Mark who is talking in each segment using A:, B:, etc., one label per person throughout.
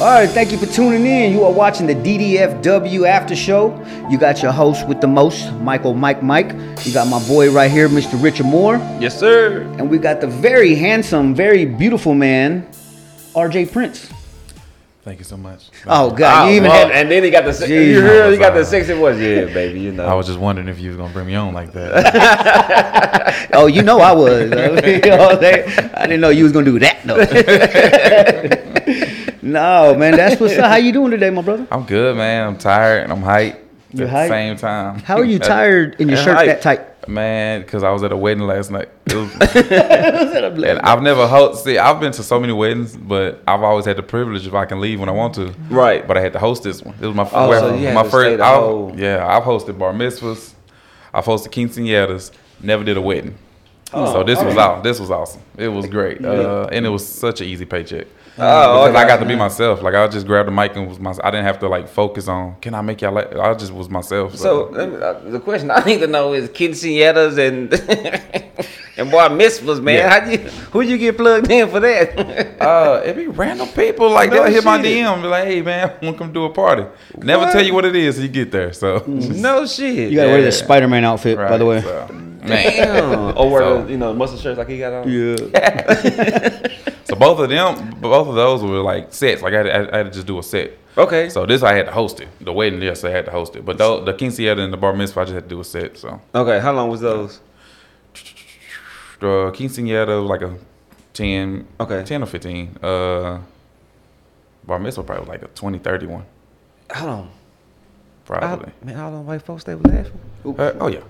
A: All right, thank you for tuning in. You are watching the DDFW After Show. You got your host with the most, Michael Mike Mike. You got my boy right here, Mr. Richard Moore.
B: Yes, sir.
A: And we got the very handsome, very beautiful man, RJ Prince.
C: Thank you so much.
A: Oh,
B: Oh,
A: God. You even
B: well,
A: had.
B: and then he got the se-
A: Jeez.
B: you heard he got the
C: Wow.
B: sexy voice. Yeah, baby, you
C: I
B: know.
C: was just wondering if you was gonna bring me on like that.
A: Oh, you know I was. uh, You know what I'm saying? I didn't know you was going to do that, though. no, man. That's what's up. How you doing today, my brother?
D: I'm good, man. I'm tired and I'm hyped.
A: You're
D: at
A: hyped?
D: the same time.
A: How are you tired in your
D: And
A: shirt
D: hyped.
A: that tight?
D: Man, because I was at a wedding last night. It was- and I've never hosted. See, I've been to so many weddings, but I've always had the privilege if I can leave when I want to.
B: Right.
D: But I had to host this one. This was my,
B: Oh,
D: where-
B: so you had
D: my
B: to
D: first.
B: stay the
D: I've-
B: whole-
D: yeah, I've hosted bar mitzvahs. I've hosted quinceañeras. Never did a wedding.
B: Oh,
D: so this was out. This was awesome. It was great, uh, and it was such an easy paycheck.
B: Oh,
D: Because
B: okay.
D: I got to be myself. Like I just grabbed the mic and was my. I didn't have to like focus on. Can I make y'all? Like, I just was myself.
B: so
D: So,
B: let me- uh, the question I need to know is quinceañeras and and boy mitzvahs, man.
D: Yeah.
B: How you who you get plugged in for that?
D: uh, it be random people like
B: No
D: they'll hit my
B: shit.
D: DM and be like, "Hey man, wanna come do a party?" Never tell you what it is. till You get there. So
B: no shit.
A: You got to wear
D: Yeah.
A: the Spider Man outfit, Mm. by the
D: Right,
A: way.
D: so, man.
B: Damn. Or wear
D: So-
B: the, you know muscle shirts like he got on.
A: Yeah.
D: So both of them, both of those were like sets. Like I had, I had to just do a set.
B: Okay.
D: So this I had to host it. The wedding, yes, I had to host it. But the, the quinceañera and the bar mitzvah, I just had to do a set. So
B: okay. How long was those?
D: the quinceañera was like a 10,
B: Okay.
D: 10 or 15. Uh, bar mitzvah probably was like a 20, 30 one,
B: How long?
D: probably.
B: man, all them white folks they were laughing.
D: Uh, oh, yeah.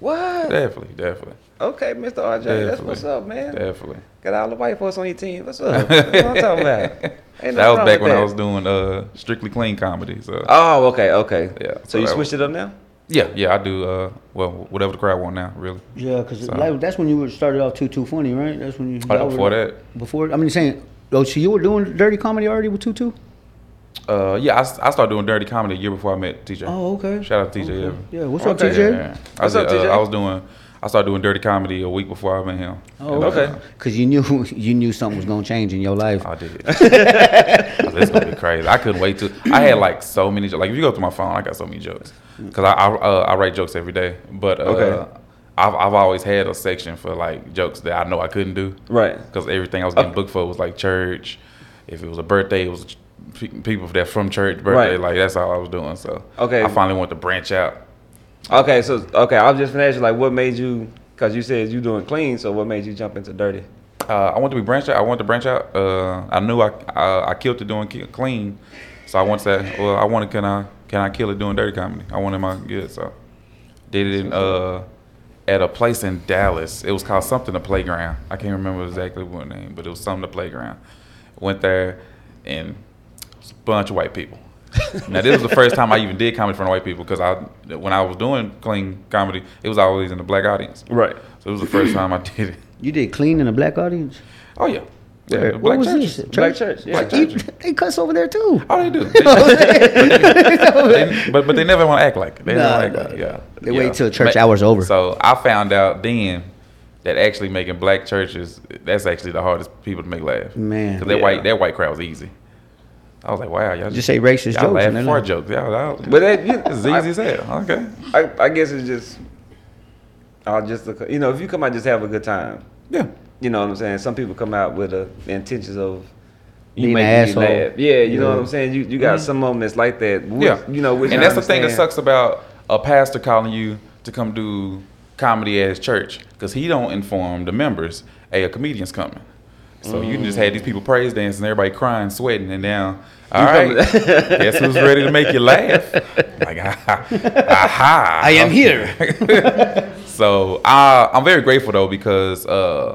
B: What?
D: Definitely, definitely,
B: Okay, Mr. RJ, that's
D: Definitely.
B: what's up, man.
D: definitely.
B: Got all the white folks on your team. What's up? That's what I'm talking about. Ain't no
D: that was
B: problem
D: back
B: with
D: when I
B: that.
D: was doing uh, strictly clean comedy. So
B: Oh, okay, okay.
D: Yeah,
B: So you
D: so that
B: switched it up now?
D: yeah, yeah, I do. Uh, well, whatever the crowd want now, really.
A: Yeah, because
D: So-
A: that's when you were started off two two funny, right? That's when you.
D: Oh,
A: y'all
D: before
A: were-
D: that.
A: Before I mean, saying, oh, so you were doing dirty comedy already with two two?
D: Uh, yeah, I, s- I started doing dirty comedy a year before I met TJ.
A: Oh, okay.
D: Shout out to TJ.
A: Okay.
D: Evan.
A: Yeah, what's up,
B: Okay.
A: TJ?
D: I, was,
B: What's up,
D: uh,
B: TJ?
D: I was doing. I started doing dirty comedy a week before I met him.
A: Oh,
D: uh,
B: okay.
A: Because you knew you knew something was gonna change in your life.
D: I did. this gonna be crazy. I couldn't wait to. I had like so many. jo- Like if you go through my phone, I got so many jokes because I I, uh, I write jokes every day. But uh,
B: Okay.
D: I've I've always had a section for like jokes that I know I couldn't do.
B: Right.
D: Because everything I was getting booked for was like church. If it was a birthday, it was ch- pe- people that from church birthday.
B: Right.
D: Like that's all I was doing. So
B: Okay.
D: I finally want to branch out.
B: Okay, so okay, I was just gonna ask you like what made you cause you said you doing clean, so what made you jump into dirty?
D: Uh, I want to be branch out. I want to branch out. Uh, I knew I, I I killed it doing ki- clean, so I want to. Well, I wanted can I can I kill it doing dirty comedy? I wanted my good. So did it in, uh, at a place in Dallas. It was called something the playground. I can't remember exactly what name, but it was something the playground. Went there and it was a bunch of white people. now this was the first time I even did comedy in front of white people because I when I was doing clean comedy, it was always in the black audience.
B: Right.
D: So it was the first time I did it.
A: you did clean in a black audience.
D: Oh yeah. Yeah,
A: Where-
D: the
A: what
D: black
A: was
D: churches.
A: this?
B: Black church, yeah.
D: Black
A: You-
D: churches.
A: they cuss over there too.
D: Oh, they do. They- they- but but they never want to act like it. They
A: Nah,
D: never act
A: nah,
D: like it. Yeah.
A: They
D: Yeah.
A: wait till church
D: Ma-
A: hours over.
D: So I found out then that actually making black churches that's actually the hardest people to make laugh.
A: Man.
D: because that
B: Yeah.
D: white that white crowd was easy. I was like, wow, y'all
A: Just say racist
D: y'all
A: jokes
D: laugh
A: and they
D: for
A: laugh.
D: jokes. Y'all, y'all,
B: But that you,
D: it's easy as hell. Okay.
B: I, I, I guess it's just I just you know, if you come out just have a good time.
D: Yeah.
B: You know what I'm saying? Some people come out with the intentions of you
A: Being an asshole.
B: making me laugh. Yeah, you know
A: Yeah.
B: what I'm saying? You you got some of them that's like that. which-
D: Mm-hmm. Yeah.
B: You know, which
D: and
B: I
D: that's the thing that
B: understand.
D: sucks about a pastor calling you to come do comedy at his church because he don't inform the members, hey, a comedian's coming. So you just had these people praise dancing, everybody crying, sweating, and now, all right,
B: coming-
D: guess who's ready to make you laugh? Like, aha, aha.
A: I am here.
D: So I, I'm very grateful though because uh,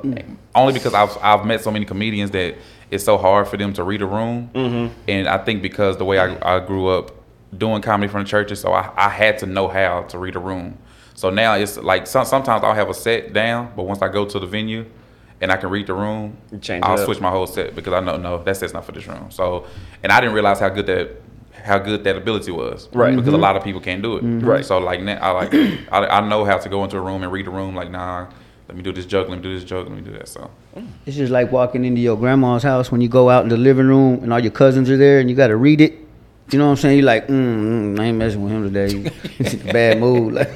D: only because I've I've met so many comedians that it's so hard for them to read a room,
B: Mm-hmm.
D: and I think because the way I, I grew up doing comedy from the churches, so I, I had to know how to read a room. So now it's like some, sometimes I'll have a set down, but once I go to the venue and I can read the room,
B: You change it
D: I'll
B: up.
D: switch my whole set because I know no that set's not for this room. So and I didn't realize how good that how good that ability was
B: Right. Mm-hmm.
D: because a lot of people can't do it
B: Right.
D: so like now, I like I, I know how to go into a room and read the room. Like nah, Let me do this joke. Let me do this joke. Let me do that. So
A: It's just like walking into your grandma's house when you go out in the living room and all your cousins are there and you got to read it. You know what I'm saying? You're like, mm, mm I ain't messing with him today. He's in a bad mood. Like,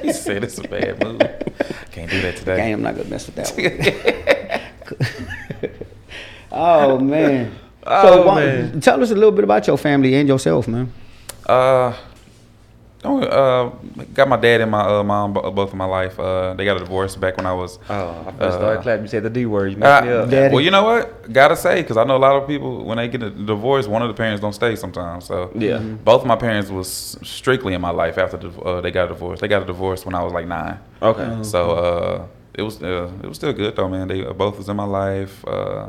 D: he said it's a bad move. Can't do that today.
A: Dang, I'm not gonna mess with that one. oh man.
B: Oh,
A: why-
B: man.
A: tell us a little bit about your family and yourself, man.
D: Uh, don't, uh, got my dad and my uh, mom bo- both of my life. Uh, they got a divorce back when I was.
B: Oh, I
D: uh,
B: first started clapping. You said the D word. You messed me
D: Uh,
B: up.
A: Daddy.
D: well, you know what? Gotta say, because I know a lot of people when they get a divorce, one of the parents don't stay sometimes. So
B: Yeah. Mhm.
D: Mm-hmm. both my parents was strictly in my life after the, uh, they got a divorce. They got a divorce when I was like nine.
B: Okay.
D: So uh, it was uh, it was still good though, man. They uh, both was in my life. Uh,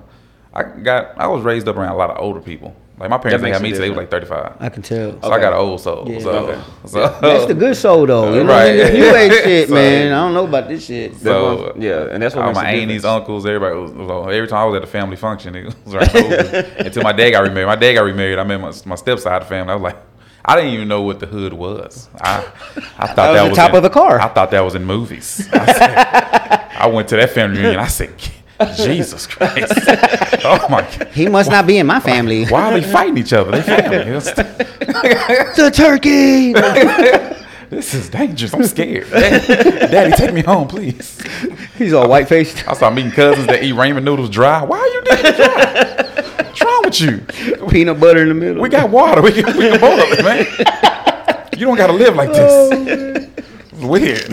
D: I got I was raised up around a lot of older people. Like my parents, they
B: makes
D: had
B: a
D: me till they was like
B: difference.
D: thirty five.
A: I can tell.
D: So I got an old soul.
A: Yeah.
D: So,
B: Okay.
D: so
A: That's the good soul though. You know
D: Oh. Right.
A: right. You ain't shit,
D: So-
A: man. I don't know about this shit.
B: That's
D: so,
B: what- yeah, and
A: Oh,
B: that's what
D: all
B: makes
D: my
B: the
D: aunties,
B: difference.
D: uncles, everybody was, was all- every time I was at a family function, it was right over. until my dad got remarried. My dad got remarried. I met my my stepside of the family. I was like, I didn't even know what the hood was. I I thought that,
A: was the top
D: in-
A: of the car.
D: I thought that was in movies. I, said- I went to that family reunion. I said, Jesus Christ! Oh my God!
A: He must not be in my family.
D: Why are they fighting each other? They family. It was-
A: the turkey.
D: this is dangerous. I'm scared. Daddy, Daddy, take me home, please.
A: He's all white faced.
D: I start meeting cousins that eat ramen noodles dry. Why are you doing it dry? What's wrong with you?
A: Peanut butter in the middle.
D: We got water. We can, we can boil it, man. You don't gotta live like
A: Oh,
D: this. It's Weird.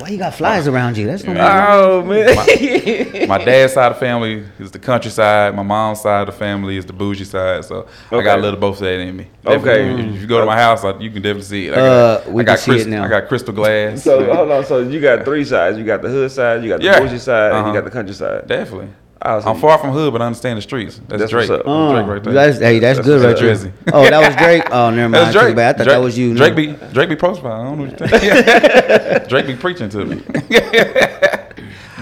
A: Why you got flies around you? That's no
B: Oh man.
D: My dad's side of the family is the countryside. My mom's side of the family is the bougie side. So I got a
B: Okay.
D: little both of that in me.
B: Okay.
D: Definitely, If you go to my house, I, you can definitely see it. I
A: Uh,
D: got,
A: we
D: I got
A: can see it
D: crystal,
A: now.
D: I got crystal glass.
B: So hold on. So you got three sides. You got the hood side. You got the
D: Yeah.
B: bougie side. And you
D: Uh-huh.
B: got the countryside.
D: Definitely.
B: I was-
D: I'm far from hood, but I understand the streets. That's,
B: That's
D: Drake.
B: what's up.
D: That's Drake
A: Oh,
D: right there.
A: That's, hey, that's, good right
D: That's
A: there.
D: Drizzy.
A: Oh, that was Drake. Oh, never mind.
D: That's
A: Too
D: Drake.
A: bad. I thought
D: Drake,
A: that was you.
D: Drake be Drake be profiling. I don't know what you think. Drake be preaching to me.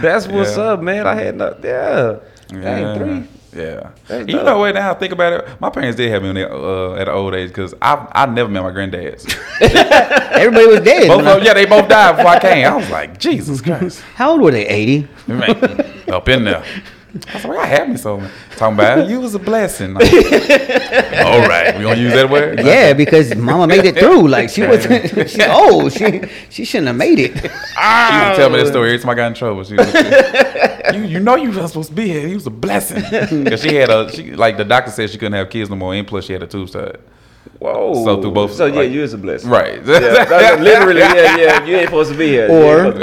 B: That's what's
D: Yeah.
B: up, man. I had no. Yeah. Dang, three.
D: Yeah.
B: That's
D: you
B: dope.
D: know what? Now I think about it, my parents did have me on the, uh, at an old age because I I never met my granddads.
A: Everybody was dead.
D: both
A: when I-
D: of, yeah, they both died before I came. I was like, Jesus Christ,
A: How old were they? 80?
D: Man, up in there. I was like, I had me so man. talking about you was a blessing. Like, All right, we gonna use that word.
A: Yeah, because Mama made it through. Like she was, she old. She she shouldn't have made it.
D: She used to tell me this
B: Oh.
D: story every time I got in trouble. She was like, you, you know you were supposed to be here. You was a blessing. Because she had a, she, like the doctor said she couldn't have kids no more. And plus she had a tube side.
B: Whoa.
D: So through both-
B: Oh, So yeah,
D: like-
B: you was a blessing.
D: Right.
B: Yeah, that's literally, yeah, yeah. You ain't supposed to be here.
A: Or-
B: you ain't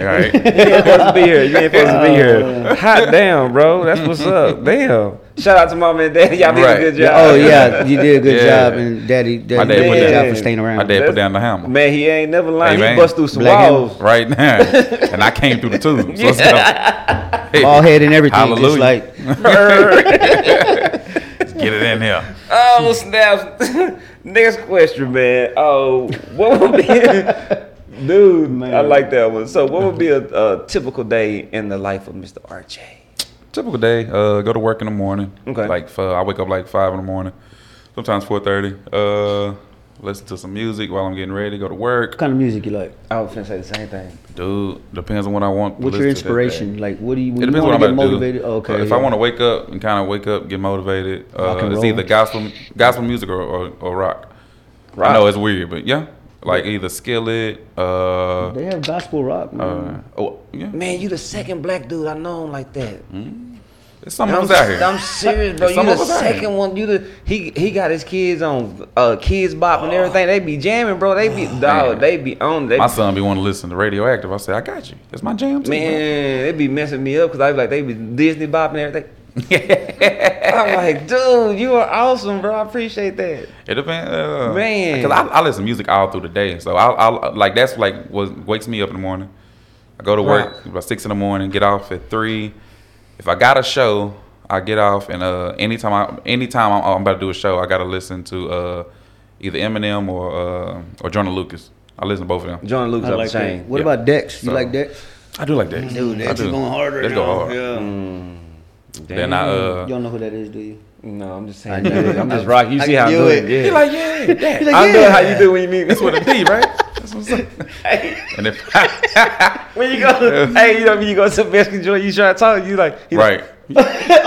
D: Right.
B: supposed to be here. You ain't supposed to be here. Hot damn, bro. That's what's up. Damn. Shout out to mom and dad. Y'all did
D: Right.
B: a good job.
A: Oh yeah, you did a good
D: Yeah.
A: job, and Daddy, Daddy
D: My dad
A: did a
D: put
A: good
B: that-
A: job for staying around.
D: My dad put down the hammer.
B: Man, he ain't never lying. he
D: Hey, man.
B: bust through some
A: Black hammer.
B: walls.
D: Right now. And I came through the tube. So it's like, hey,
A: Ball head and everything. Just
D: Hallelujah.
A: like
D: let's get it in here.
B: Oh snaps! Next question, man. Oh, what would be, dude? Man. I like that one. So, what would be a, a typical day in the life of Mr. RJ?
D: Typical day. Uh, go to work in the morning.
B: Okay.
D: Like fi- I wake up like five in the morning, sometimes four thirty. Uh, listen to some music while I'm getting ready to go to work.
A: what kind of music you like?
B: I was finna say the same thing.
D: Dude, depends on what I want. to
A: What's your
D: listen to that day.
A: inspiration? Like, what do you? When
D: It
A: you
D: depends
A: want
D: what
A: to
D: I'm
A: get
D: about to
A: motivated? Oh,
D: do.
A: Okay.
D: Uh, If I want to wake up and kind of wake up, get motivated,
A: Rock
D: uh,
A: and
D: it's
A: roll.
D: either gospel, gospel music or, or, or rock. I
B: Rock.
D: know it's weird, but yeah, like either Skillet. Uh,
A: they have gospel rock, man.
D: uh, oh yeah,
B: Man, you the second black dude I know like that.
D: there's some of
B: I'm,
D: us out here.
B: I'm serious, bro.
D: There's
B: You
D: some
B: the
D: of us out here.
B: second one. You the he he got his kids on uh kids bop and everything. They be jamming, bro. They
E: Oh,
B: be dog. They be on. They
D: My son be wanting to listen to Radioactive. I say I got you. It's my jam, too, man.
B: Man, they be messing me up because I be like, they be Disney bopping everything. I'm like, dude, you are awesome, bro. I appreciate that.
D: It depends, uh,
B: Man.
D: Because I, I listen to music all through the day, so I, I like that's like what wakes me up in the morning. I go to work
B: Right.
D: by six in the morning, get off at three. If I got a show, I get off, and uh, anytime I anytime I'm, I'm about to do a show, I gotta listen to uh, either Eminem or uh, or Jordan Lucas. I listen to both of them.
B: John Luke's
A: I
B: up
A: like
B: the chain.
A: that. What
D: Yeah.
A: about Dex? You
D: So-
A: like Dex?
D: I do like that.
A: Dude,
D: I
A: Dex
D: do.
A: is going harder.
D: Let's
A: now.
D: go hard.
A: Yeah.
D: Then I uh,
A: you don't know who that is, do you?
E: No, I'm
A: I
E: just saying.
A: knew it.
E: I'm just rocking. You see how I'm
A: knew
E: doing?
A: it.
E: it.
A: He
E: Yeah.
D: like, yeah, that.
A: like,
E: I know
A: yeah.
E: how you do when you meet me.
D: That's what a D, right? That's what's up. And if
E: when you go, hey, you know, when you go to Mexican joint, you try to talk, you like, he
D: right,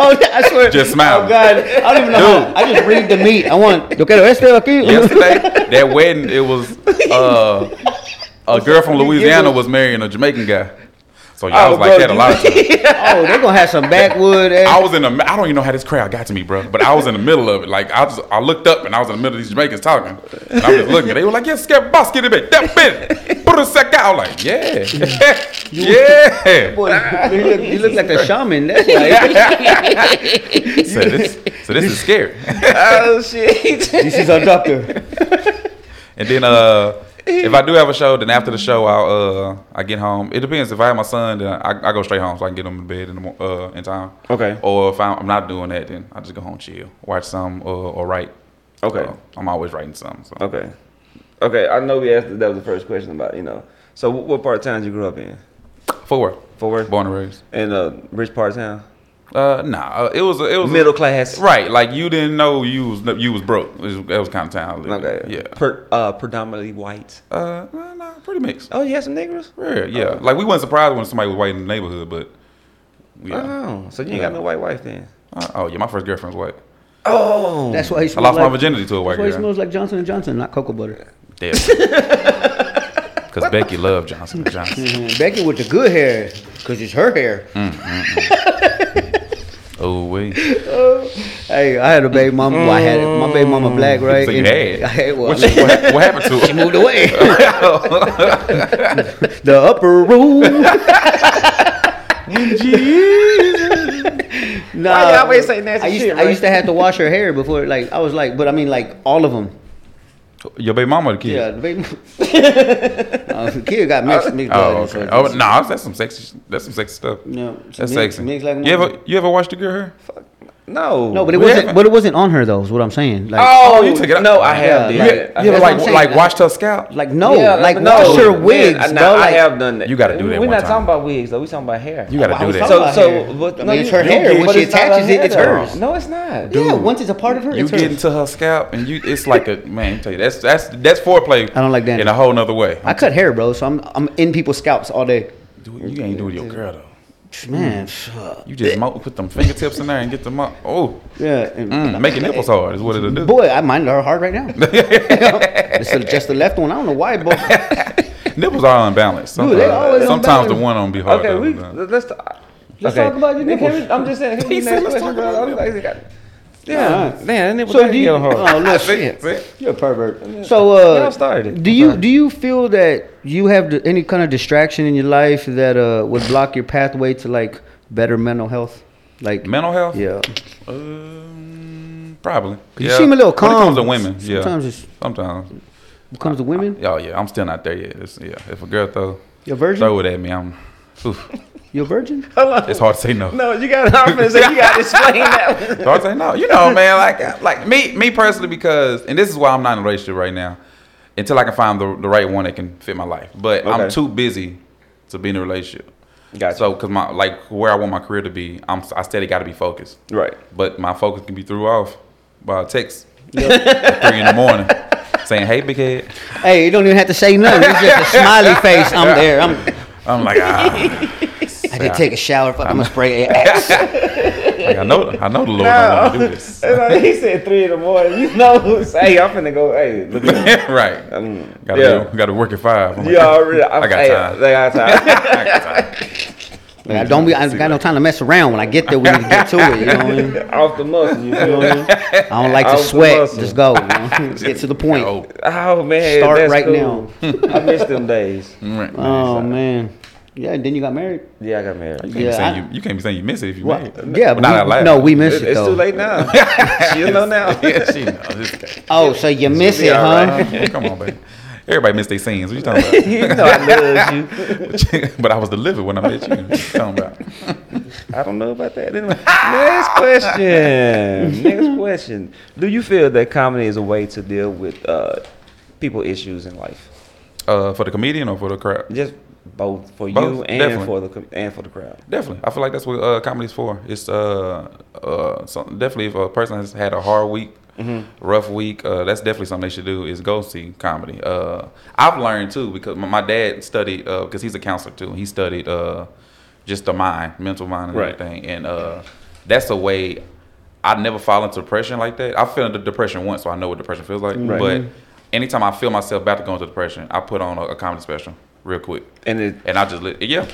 A: oh, yeah, I swear.
D: Just smile.
A: Oh God, I don't even know. How, I just read the meat. I want. Yo quiero este aquí.
D: yesterday that wedding, it was uh, a girl from Louisiana was marrying a Jamaican guy. So y'all
E: Oh,
D: was like
E: bro,
D: that a
E: you-
D: lot of times.
A: Oh, they're gonna have some backwood.
D: I
A: Ass.
D: was in the. I don't even know how this crowd got to me, bro. But I was in the middle of it. Like I just, I looked up and I was in the middle of these Jamaicans talking. And I was just looking. They were like, "Yes, skip boss, get it back, that bit, put a sec out." Like, yeah, yeah.
A: Boy, you look, you look like a shaman. That's why.
D: So this, so this is scary.
E: oh shit.
A: this is our doctor.
D: And then, uh, if I do have a show, then after the show, I'll, uh, I get home. It depends. If I have my son, then I, I go straight home so I can get him in bed in the mo- uh, in time.
E: Okay.
D: Or if I'm, I'm not doing that, then I just go home, chill, watch some, uh, or write.
E: Okay.
D: So I'm always writing something. So.
E: Okay. Okay, I know we asked that was the first question about, you know. So wh- what part of town did you grew up in?
D: Four.
E: Fort Worth?
D: Born and raised.
E: In a rich part of town?
D: Uh, nah, uh, it was a- it was a-
E: Middle class.
D: right. Like you didn't know you was you was broke. It was, that was kind of town. I lived in.
E: Okay.
D: Yeah.
E: Per, uh, predominantly white.
D: Uh, nah, nah, pretty mixed. Oh.
E: Oh, you had some Negroes?
D: Yeah, yeah. Like we weren't surprised when somebody was white in the neighborhood, but yeah.
E: Oh, so you ain't got no white wife then?
D: Uh, oh yeah, my first girlfriend's white.
E: Oh.
A: That's why he
D: I
A: smells
D: lost
A: like,
D: my virginity to a white
A: That's why he
D: girl.
A: smells like Johnson and Johnson, not cocoa butter.
D: Because Becky loved Johnson and Johnson.
A: Mhm. Becky with the good hair, cause it's her hair.
D: Mm. Oh wait.
A: Hey, I had a baby mama. Well, I had it. my baby mama black, right?
D: So you
A: And
D: had.
A: I had well,
D: what,
A: I mean,
D: you- what hap- what happened to
A: she
D: her?
A: moved away. the upper room. Nah,
E: Why you always say nasty
A: I used,
E: shit,
A: I
E: right?
A: used to have to wash her hair before, like I was like, but I mean, like all of them.
D: Your baby mama or the kid?
A: Yeah, the baby. uh, the kid got mixed. mixed
D: Oh,
A: blood, so
D: okay.
A: it's-
D: Oh, no, that's some sexy. That's some sexy stuff.
A: No,
D: That's
A: mixed-
D: sexy.
A: mixed like
D: you ever you ever watched the girl hair?
E: No.
A: No, but it
D: We
A: wasn't.
D: haven't-
A: But it wasn't on her though. Is what I'm saying. Like,
E: Oh,
D: you took it out.
E: No, I
A: Yeah,
E: have. did.
A: like-
E: I
D: you
E: have.
D: ever
A: that's
D: like
A: what I'm
D: like
A: saying.
D: washed her scalp?
A: like no,
E: Yeah,
A: like
E: no,
A: wash her
E: man,
A: wigs,
E: I, nah,
A: bro.
E: I
A: like,
E: have done that.
D: You gotta do that
E: We're
D: one
E: not
D: time.
E: talking about wigs, though. We're talking about hair.
D: You gotta
A: Oh, I
D: do
A: was
D: that.
A: talking
E: So-
A: about
E: so
A: hair.
E: what-
A: I
E: no,
A: mean, it's
E: you-
A: her
E: you
A: hair.
E: get-
A: When
E: but
A: she
E: it's not her
A: attaches it,
E: hair,
A: it's
E: though.
A: hers.
E: No, it's not.
A: yeah, once it's a part of her,
D: You
A: it's
D: get
A: hers.
D: into her scalp and you it's like a man. I tell you that's that's that's foreplay.
A: I don't like that.
D: in a whole nother way.
A: I cut hair, bro, so I'm I'm in people's scalps all day.
D: Do it- you ain't doing your girl though.
E: Mm.
A: Man, fuck.
D: You just mo- put them fingertips in there and get them up. Oh,
A: yeah, and-
D: mm, making nipples hard is what it'll do.
A: Boy, I mind her hard right now. it's the- just the left one. I don't know why, but
D: Nipples are unbalanced.
A: Dude,
D: Sometimes,
A: they always
D: sometimes the
A: unbalanced.
D: one on be hard.
E: Okay,
D: though.
E: we let's
A: Let's talk about your nipples.
E: I'm just saying. Can we
D: He said
E: next
D: let's
E: question,
D: talk
E: bro?
D: about
E: I'm like,
A: All
E: yeah,
A: right.
E: man, that nigga
A: so
E: gotta
A: do you?
E: get hard.
A: Oh, look,
D: See,
A: shit.
D: see?
A: You're a pervert. So uh,
E: Yeah, I started.
A: Do you do you feel that you have the, any kind of distraction in your life that uh would block your pathway to like better mental health? Like
D: Mental health.
A: yeah,
D: Um, probably.
A: 'Cause you seem a little calm.
D: When it comes to women, yeah.
A: Sometimes it's-
D: Sometimes.
A: when it comes to women,
D: Oh yeah, I'm still not there yet. It's, yeah, if a girl throw
A: You're a virgin?
D: throw it at me, I'm. oof,
A: you're a virgin.
D: it's hard to say no.
E: No, you got. I'm finna say you got to explain that. One.
D: So I say no. You know, man, like uh, like me me personally because and this is why I'm not in a relationship right now until I can find the, the right one that can fit my life. But I'm
E: Okay.
D: too busy to be in a relationship.
E: Gotcha.
D: So cuz my like where I want my career to be, I'm I steady got to be focused.
E: Right.
D: But my focus can be threw off by a text at 3 in the morning saying, "Hey, big head."
A: Hey, you don't even have to say nothing. It's just a smiley face. I'm there. I'm.
D: I'm like, ah,
A: I did take a shower. Fuck, I'm gonna spray it.
D: like, I know I know the Lord don't want to do this.
E: It's like he said three in the morning. You know, who's- hey, I'm finna go. Hey, look at
D: right. Got to
E: Um, yeah.
D: got to work at 5. I'm like,
E: you already. I'm,
D: I got
E: hey,
D: time.
E: I got time.
D: I got time.
A: Like, I don't be. I got no time to mess around. When I get there, we need to get to it. You know what I mean?
E: Off the muscle, you feel me?
A: I don't like
E: I
A: to
E: was the
A: sweat.
E: muscle.
A: Just go. you know? Get to the point.
D: Oh,
E: Oh man,
A: Start
E: that's
A: right
E: cool. I miss them days.
D: right.
A: Oh man. Yeah. And then you got married.
E: Yeah, I got married.
D: You can't,
A: Yeah,
D: be saying
A: I-
D: you, you can't be saying you miss it if you
A: Well,
D: made it.
A: yeah.
D: But not
A: we-
D: out loud.
A: no, we missed
E: It's,
A: it though.
E: too late now. you know now.
D: yeah, she knows. It's-
A: Oh, so you miss
E: be
A: it,
E: all
A: huh?
D: Huh? Come on, baby. Everybody missed their scenes. What you talking
E: you know I love you.
D: about? but I was delivered when I met you. What you talking about?
E: I don't know about that. Anyway, next question. next question. Do you feel that comedy is a way to deal with uh, people issues in life?
D: Uh, for the comedian or for the crowd?
E: Just both for you
D: Both,
E: and
D: definitely.
E: for the com- and for the crowd.
D: Definitely, I feel like that's what uh, comedy's for. It's uh, uh, something definitely if a person has had a hard week,
E: Mm-hmm.
D: rough week, uh, that's definitely something they should do is go see comedy. Uh, I've learned too because my, my dad studied uh, because he's a counselor too. He studied uh, just the mind, mental mind, and
E: Right.
D: everything, and uh, that's a way. I never fall into depression like that. I fell into depression once, so I know what depression feels like.
E: Right. Mm-hmm.
D: But anytime I feel myself about to go into depression, I put on a, a comedy special real quick
E: And it,
D: and I just let yeah,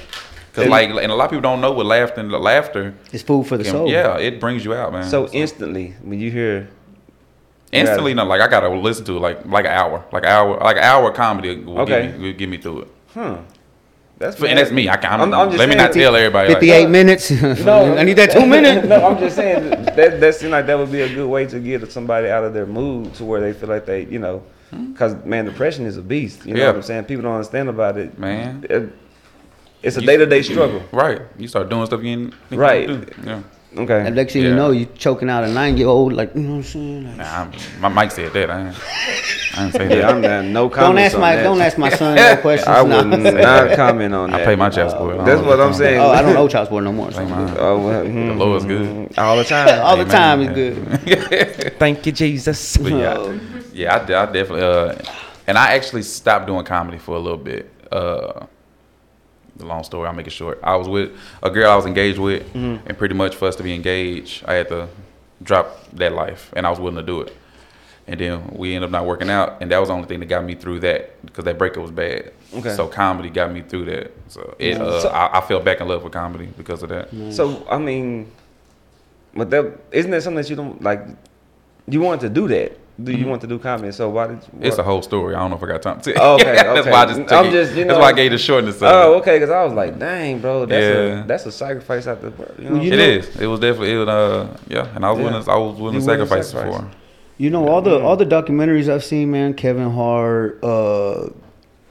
D: because
E: And-
D: like and a lot of people don't know what laughter and laughter.
A: It's food for the
D: can-
A: soul.
D: yeah, it brings you out, man.
E: so instantly when you hear
D: instantly, no, like I gotta listen to it like like an hour, like an hour, like an hour comedy will
E: Okay.
D: get me, will get me through it.
E: that's
D: And that's me. I can
E: I'm- I'm
D: not
E: just
D: let me
E: saying
D: not
E: that-
D: tell everybody. Like,
A: 58 minutes. I need that two minutes.
E: no, I'm just saying that that seems like that would be a good way to get somebody out of their mood to where they feel like they, you know, because man, depression is a beast. You know
D: Hmm. Yeah.
E: what I'm saying? People don't understand about it,
D: Man.
E: It- It's a
D: you-
E: day to day
D: you-
E: struggle.
D: Right. You start doing stuff you didn't think
E: Right.
D: You could do. Yeah.
E: Okay.
A: And next thing you
D: Yeah.
A: know, you choking out a nine year old. Like you know what I'm saying? Like,
D: Nah, I'm, my Mike said that. I ain't, I ain't say that.
E: Yeah, I'm not, no
A: don't
E: comments
A: ask my
E: on
A: don't
E: that.
A: ask my son no questions.
E: I
A: nah.
E: would not comment on that.
D: I pay my child support. I
E: That's
D: don't
E: what
D: know
E: I'm saying.
A: Oh, I don't know child support no more.
D: Ain't mine.
E: Oh, well, hmm.
D: The Lord's good.
E: All the time.
A: All the time is
D: Amen.
A: good. Oh,
E: Thank you, Jesus.
D: But yeah, yeah, I, de- I definitely. Uh, and I actually stopped doing comedy for a little bit. Uh, the long story, I'll make it short. I was with a girl I was engaged with,
E: Mm-hmm.
D: and pretty much for us to be engaged, I had to drop that life, and I was willing to do it. And then we ended up not working out, and that was the only thing that got me through that because that breakup was bad.
E: Okay.
D: So comedy got me through that. So it, uh,
E: So-
D: I, I fell back in love with comedy because of that.
E: So I mean, but that isn't that something that you don't like? You want to do that? Do you want to do comedy? So why did? Why,
D: Mm-hmm. It's a whole story. I don't know if I got time to tell.
E: Oh, okay,
D: that's
E: okay.
D: why I just. Took
E: I'm
D: it.
E: just, you
D: that's
E: know-
D: why I gave the shortness. Of it.
E: oh, okay. Because I was like, dang, bro, that's
D: Yeah.
E: a that's a sacrifice out the. You know?
A: Well, you
D: It
A: know-
D: is. It was definitely. It was, uh, yeah, and I was
E: Yeah.
D: willing. To, I was willing
E: You
D: to
E: willing to
D: sacrifice
E: sacrifice.
D: for.
A: You know all the all the documentaries I've seen, man. Kevin Hart, uh,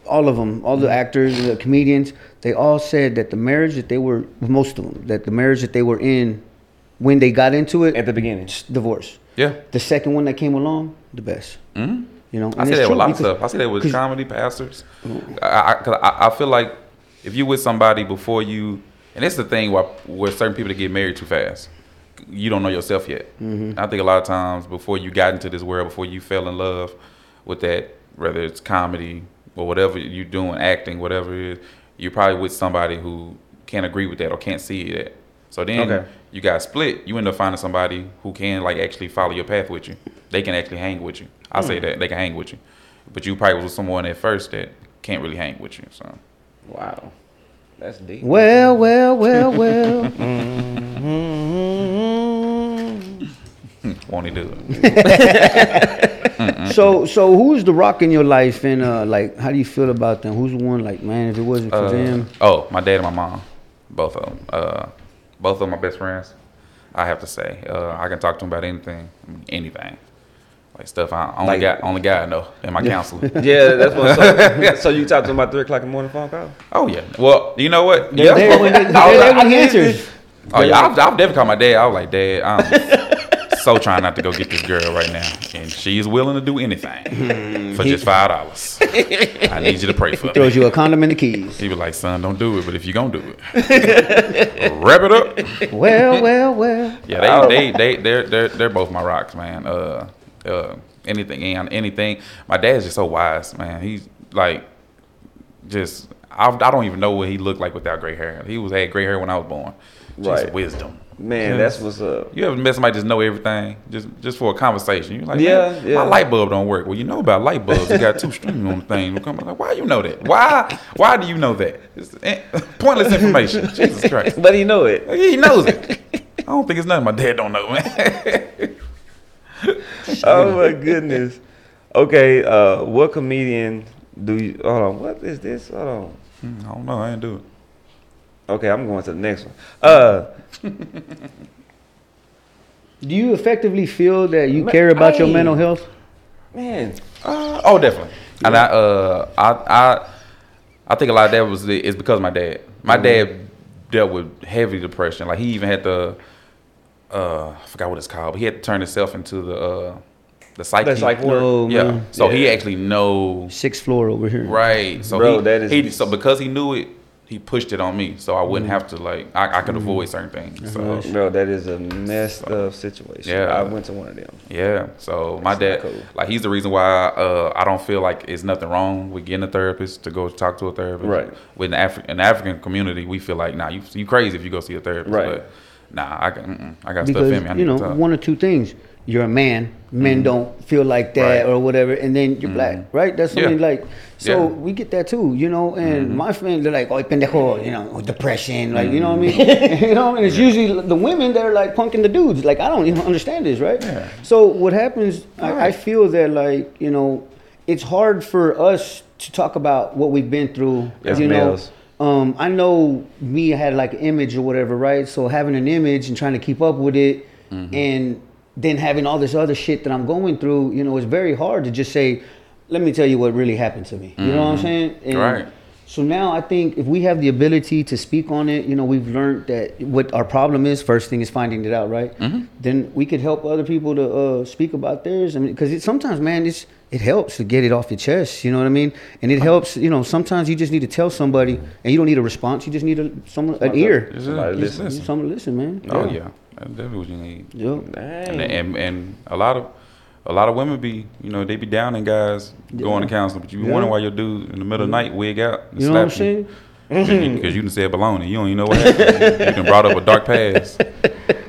A: all of them, all the actors, the comedians, they all said that the marriage that they were, most of them, that the marriage that they were in, when they got into it,
E: At the beginning.
A: divorce.
D: Yeah.
A: The second one that came along, the best.
D: Mhm.
A: You know,
D: I
A: and
D: see
A: it's
D: that with
A: true
D: a lot of
A: because-
D: stuff. I see that with
A: 'cause-
D: comedy pastors. I, I, 'cause I, I feel like if you with somebody before you, and it's the thing where, where certain people that get married too fast, you don't know yourself yet. I think a lot of times before you got into this world, before you fell in love with that, whether it's comedy or whatever you're doing, acting, whatever it is, you're probably with somebody who can't agree with that or can't see that. So then
E: Okay.
D: you got split. You end up finding somebody who can like actually follow your path with you. They can actually hang with you. I say that they can hang with you, but you probably was someone at first that can't really hang with you. So
E: Wow, that's deep.
A: Well, well, well, well.
D: hmm, won't he do it?
A: so, so who's the rock in your life, and uh, like, how do you feel about them? Who's the one, like, man, if it wasn't for
D: Uh,
A: them,
D: oh, my dad and my mom, both of them. Uh, both of my best friends. I have to say, uh, I can talk to them about anything, anything, like stuff I only
E: Like-
D: got only God know, and my counselor.
E: Yeah, that's what. So, so you talked to him about three o'clock in the morning phone call?
D: Oh yeah. Well, you know what?
A: They're
D: Yeah.
A: there when they-
D: I was
A: they're there
D: like-
A: when he answers.
D: Oh yeah, I've, I've never called my dad. I was like, Dad, I'm so trying not to go get this girl right now, and she's willing to do anything for just five dollars. I need you to pray for
A: throws
D: me.
A: you a condom in the keys.
D: He was like, Son, don't do it, but if you gonna do it, wrap it up.
A: well, well, well.
D: Yeah, they they they they're they're they're both my rocks, man. Uh, uh, anything and anything. My dad's just so wise, man. He's like, just I, I don't even know what he looked like without gray hair. He was had gray hair when I was born. Just
E: Right.
D: wisdom.
E: Man, that's what's up.
D: You ever met somebody just know everything just just for a conversation? You're like,
E: Yeah,
D: yeah,
E: yeah.
D: My light bulb don't work. Well, you know about light bulbs. You got two strings on the thing. You come like, why you know that? Why why do you know that? It's eh, pointless information. Jesus Christ.
E: But he know it.
D: He knows it. I don't think it's nothing my dad don't know, man.
E: Oh my goodness. Okay, uh, what comedian do you? Hold on. What is this? Hold on.
D: Mm, I don't know. I ain't do it.
E: Okay, I'm going to the next one. Uh,
A: Do you effectively feel that you care about your
E: Hey.
A: mental health?
E: man,
D: Uh, oh, definitely. And I, uh, I, I, I think a lot of that was the, is because of my dad. My dad dealt with heavy depression. Like he even had to, uh, I forgot what it's called, but he had to turn himself into the, uh, the psyche.
E: that's like
A: No.
E: work.
A: Oh,
D: yeah.
A: man.
D: So he
E: Yeah.
D: actually knows.
A: Sixth floor over here.
D: Right. So
E: Bro,
D: he,
E: that is-
D: he so because he knew it, he pushed it on me, so I wouldn't have to like I, I could avoid certain things. So
E: Bro, that is a messed up situation.
D: Yeah.
E: I went to one of them.
D: yeah, so my dad
E: That's not cool.
D: like he's the reason why uh, I don't feel like it's nothing wrong with getting a therapist to go talk to a therapist.
E: Right.
D: With an, Afri- an African community, we feel like nah, you you crazy if you go see a therapist.
E: Right.
D: But nah, I got mm-mm, I got
A: because
D: stuff in me. I
A: you
D: need
A: know
D: to talk. Mm-hmm.
A: one or two things. You're a man. Men don't feel like that
D: Right. Mm-hmm.
A: or whatever, and then you're black, right? That's
D: Yeah.
A: something like so
D: Yeah. Mm-hmm.
A: we get that too, you know. And my friends, they're like, "Oh, pendejo," you know, depression, like you know what I
D: Mm-hmm.
A: mean, you know. And it's usually the women that are like punking the dudes. Like I don't even understand this, right?
D: Yeah.
A: So what happens? I, I feel that like you know, it's hard for us to talk about what we've been through.
E: As
A: you know,
E: males.
A: um, I know me had like an image or whatever, right? So having an image and trying to keep up with it, and then having all this other shit that I'm going through, you know, it's very hard to just say, "Let me tell you what really happened to me." You know what I'm saying? And
D: Right.
A: So now I think if we have the ability to speak on it, you know, we've learned that what our problem is. First thing is finding it out, right? Then we could help other people to uh, speak about theirs. I mean, because it, sometimes, man, it's it helps to get it off your chest. You know what I mean? And it helps. You know, sometimes you just need to tell somebody, and you don't need a response. You just need a someone an ear.
D: Just-
E: Somebody
D: just
E: listen.
D: listen.
A: Someone to listen, man.
D: Oh yeah, that's definitely what you need.
A: Yup.
D: And,
E: Dang.
D: and and a lot of a lot of women be you know they be down and guys going to counseling, but you be
A: Yeah.
D: wondering why your dude in the middle of the night wig out and
A: You know what I'm
D: slap
A: saying?
D: you because you done said baloney. You don't even know what happened. you done brought up a dark past.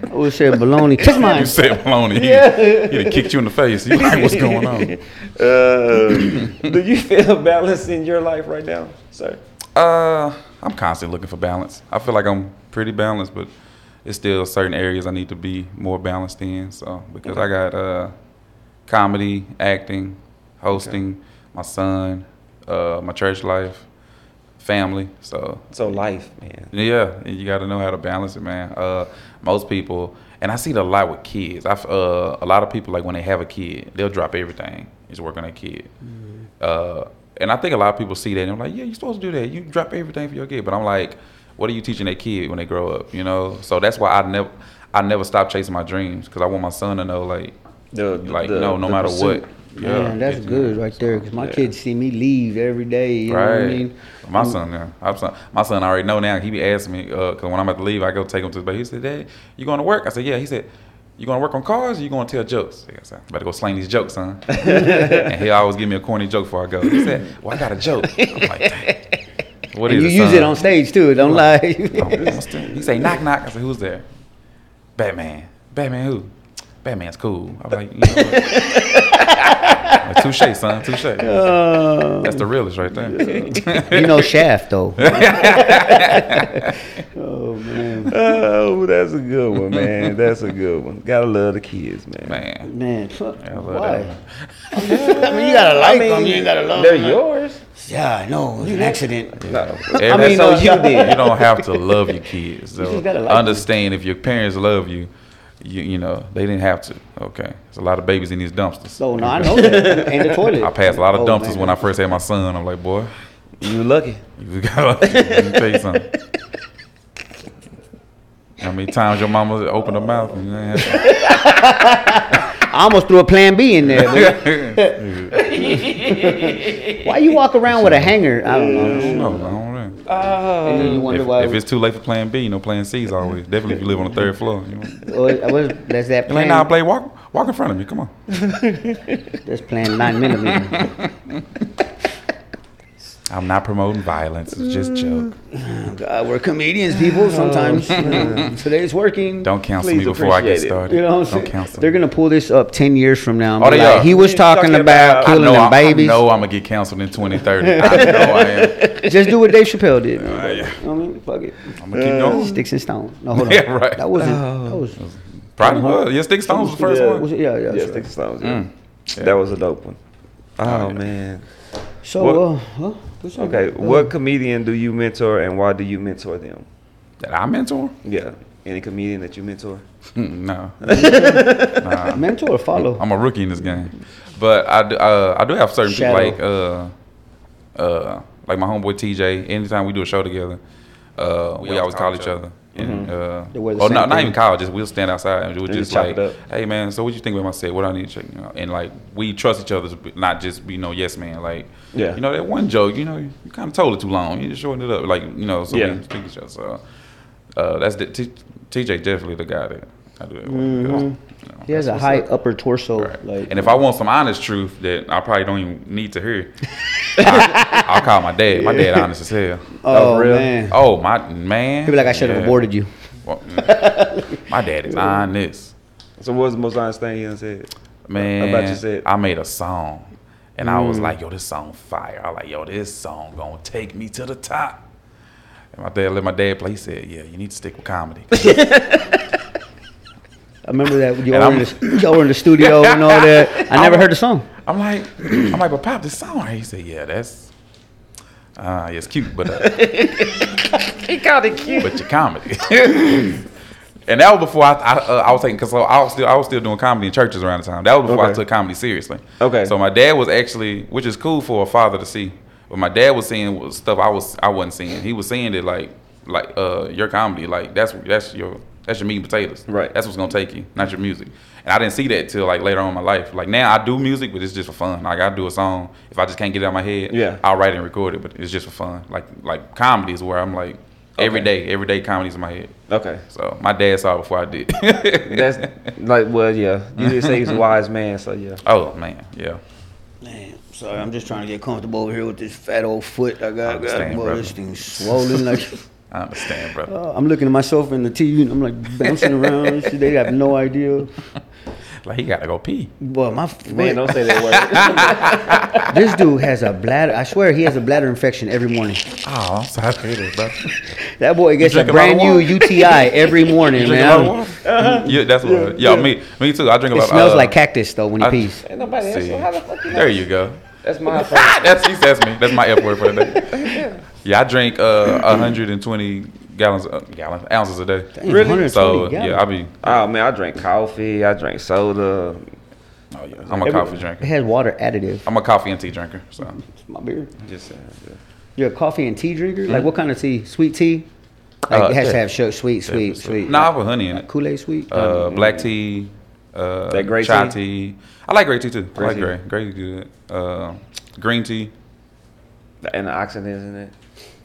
A: I would say baloney. Kiss mine.
D: You said baloney. Yeah. He, done kicked you in the face. You like what's going on?
E: Uh, do you feel balanced in your life right now, sir?
D: Uh, I'm constantly looking for balance. I feel like I'm pretty balanced, but it's still certain areas I need to be more balanced in. So because I got uh, comedy, acting, hosting, my son, uh, my church life, family. So
E: So life, man.
D: yeah, and you got to know how to balance it, man. Uh, most people, and I see it a lot with kids. I've uh, a lot of people like when they have a kid, they'll drop everything. Just work on that kid.
A: Mm-hmm.
D: Uh, and I think a lot of people see that and I'm like, yeah, you're supposed to do that. You drop everything for your kid. But I'm like, what are you teaching that kid when they grow up? You know. So that's why I never, I never stop chasing my dreams because I want my son to know like,
E: The,
D: like
E: the-
D: no, no
E: the
D: matter
E: pursuit.
D: what.
A: Man, that's
D: it's-
A: good right there. Cause my
E: Yeah.
A: kids see me leave every day. You know what I mean?
D: My son, yeah. My son, my son already know now. He be asking me, uh, cause when I'm about to leave, I go take him to the bay. He said, Dad, you going to work? I said, Yeah. He said, You going to work on cars or you going to tell jokes? I said, Better go slang these jokes, son. and he always give me a corny joke before I go. He said, Well, I got a joke. I'm like, Dang. What
A: and
D: is
A: you use
D: son? Oh,
A: it on stage too. Don't
D: I'm
A: lie.
D: like, "What's that?" He say, Knock, knock. I said, Who's there? Batman. Batman who? Batman's cool. I'm like, you know what? Like, Touche, son. Touche. That's the realest right there.
A: you know Shaft though.
E: Oh, that's a good one, man. That's a good one. Gotta love the kids, man.
D: Man.
A: Man, fuck,
D: I love that
A: why?
D: one.
A: I mean, you gotta like
E: I
A: them.
E: mean,
A: You ain't gotta love
E: They're
A: them.
E: yours.
A: Yeah, I know. It was an accident.
E: No.
D: Every-
E: mean,
D: so
E: uh,
D: you did. You don't have to love your kids. So
A: just gotta like
D: understand if your parents love you, you you know they didn't have to. Okay, there's a lot of babies in these dumpsters.
A: So no, I know that. And the toilet.
D: I passed a lot of
A: Oh,
D: dumpsters
A: man.
D: when I first had my son. I'm like, boy,
E: You lucky.
D: you gotta let me tell you something. How many times your mama opened her mouth and you ain't had
A: I almost threw a Plan B in there. but why you walk around with a hanger? I don't know.
D: to- no, I don't know.
A: And then you wonder
D: If,
A: why.
D: if it's too late for Plan B, you know Plan C's always. Definitely if you live on the third floor. You know.
A: oh, it was- that's that
D: You
A: plan.
D: ain't now play walk walk in front of me. Come on.
A: that's plan nine millimeter.
D: I'm not promoting violence. It's just
A: Mm.
D: joke.
A: God, Uh, we're comedians, people. Sometimes you know, today's working.
D: Don't counsel
E: Please
D: me before I get
E: appreciate it.
D: started.
A: You know what I'm
D: Don't
A: saying?
D: counsel.
A: They're
D: me.
A: gonna pull this up ten years from now. and
D: Oh,
A: be
D: they
A: like,
D: are.
A: he was talking about
D: I
A: killing
D: know,
A: them
D: I, I
A: babies.
D: know I'm gonna get counseled in 2030. I know I am.
A: Just do what Dave Chappelle did. Man.
D: yeah.
A: You know what I mean, fuck it.
D: I'm gonna keep going.
A: Sticks and stones. No, hold on.
D: Yeah, right.
A: That wasn't. That was.
D: Probably was. Yeah, Stick Stones was the first
E: Yeah.
D: one.
A: was it? Yeah, yeah.
E: Yes,
A: that's right.
E: Texas Longs, Mm. yeah. That was a dope one. Oh,
D: yeah.
E: man.
A: So,
E: What-
A: uh, huh? What's up?
E: Okay,
A: Uh,
E: what comedian do you mentor, and why do you mentor them?
D: That I mentor?
E: Yeah, any comedian that you mentor.
D: Mm, no,
A: Mentor or follow?
D: I'm a rookie in this game, but I do, uh, I do have certain
A: Shadow.
D: people like uh, uh, like my homeboy TJ. Anytime we do a show together, uh, we, always call each other. And, uh,
A: They wear the
D: oh,
A: same
D: no, not
A: thing.
D: even college. Just we'll stand outside and we'll
E: And
D: just
E: chop it
D: like,
E: up.
D: hey man, so what you think about myself? What I need to check? You know, and like we trust each other, to be- not just be, you know, yes man. Like,
E: Yeah.
D: you know that one joke. You know, you, kind of told it too long. You just shortened it up. Like, you know, so
E: Yeah.
D: we speak each other. So uh, that's the, T, TJ definitely the guy that I do that with. You know,
A: He has a
D: that's what's
A: high
D: up.
A: upper torso.
D: Right.
A: Like, um,
D: and if I want some honest truth that I probably don't even need to hear, I, I'll call my dad. My dad honest as hell.
A: oh
E: for real?
A: man,
D: Oh my man!
A: people like I should have
D: Yeah.
A: aborted you.
D: Well, mm. my dad is honest,
E: So what's the most honest thing you done said?
D: man.
E: About you said-
D: I made a song, and I
A: Mm.
D: was like, "Yo, this song fire!" I was like, "Yo, this song gonna take me to the top." And my dad let my dad play. He said, "Yeah, you need to stick with comedy."
A: I remember that when y'all
D: And
A: were, in the, y'all were in the studio and all that. I never
D: I'm-
A: heard the song.
D: I'm like, I'm like, but pop, this song. right here." He said, "Yeah, that's." Uh, yeah, it's cute, but uh,
E: He called it cute.
D: but your comedy. and that was before I I, uh, I was taking because so I was still I was still doing comedy in churches around the time. That was before I
E: Okay.
D: took comedy seriously.
E: Okay.
D: So my dad was actually, which is cool for a father to see, but my dad was seeing was stuff I was I wasn't seeing. He was seeing it like like uh your comedy like that's that's your that's your meat and potatoes.
E: Right.
D: That's what's gonna take you, not your music. And I didn't see that till like later on in my life. Like now I do music, but it's just for fun. Like I do a song. If I just can't get it out of my head,
E: Yeah.
D: I'll write and record it, but it's just for fun. Like like comedy is where I'm like every day, every day comedy's in my head.
E: Okay.
D: So my dad saw it before I did.
E: That's like well, yeah. You did say he's a wise man, so yeah.
D: oh man, yeah.
A: Man, sorry, I'm just trying to get comfortable over here with this fat old foot I got.
D: Understand,
A: boy,
D: brother.
A: this thing's swollen like.
D: I understand, brother.
A: Uh, I'm looking at myself in the TV and I'm like bouncing around. and shit. They have no idea.
D: Like he gotta go pee.
A: Boy, my foot,
E: Man, don't say that word.
A: this dude has a bladder. I swear he has a bladder infection every morning.
D: Oh, I'm sorry to hear that, brother.
A: That boy gets a
D: drink a lot of
A: brand new
D: water?
A: UTI every morning,
D: Drink a
A: man.
D: lot of water? yeah, that's what. Yeah, me, me too. I drink a
A: It
D: lot.
A: smells
D: uh,
A: like cactus though when he
D: I-
A: pees.
E: Ain't nobody else.
D: See.
E: So how the fuck you know?
D: There you go. Ah,
E: That's my fault.
D: that's he says me. That's my F word for the day. Yeah, I drink uh 120 gallons, uh, gallons, ounces a day.
A: Dang,
E: Really?
A: 120
D: So
A: gallons.
D: yeah, I be.
E: Oh man, I drink coffee, I drink soda.
D: Oh yeah, I'm a
E: Every-
D: coffee
A: It
D: drinker.
A: has water additive.
D: I'm a coffee and tea drinker. So
A: It's my beer.
E: Just uh, saying. yeah.
A: You're a coffee and tea drinker. Like what kind of tea? Sweet tea. Like
D: Hmm? Uh,
A: it has to
D: yeah.
A: have sugar, sweet, sweet, sweet.
D: Nah, I put honey in it.
A: Kool Aid sweet.
D: uh, black tea, uh,
E: That gray
D: chai
E: tea?
D: tea? I like gray tea too.
E: Gray
D: I like
E: tea.
D: gray. Gray is good. Uh, green tea.
E: The antioxidants in it.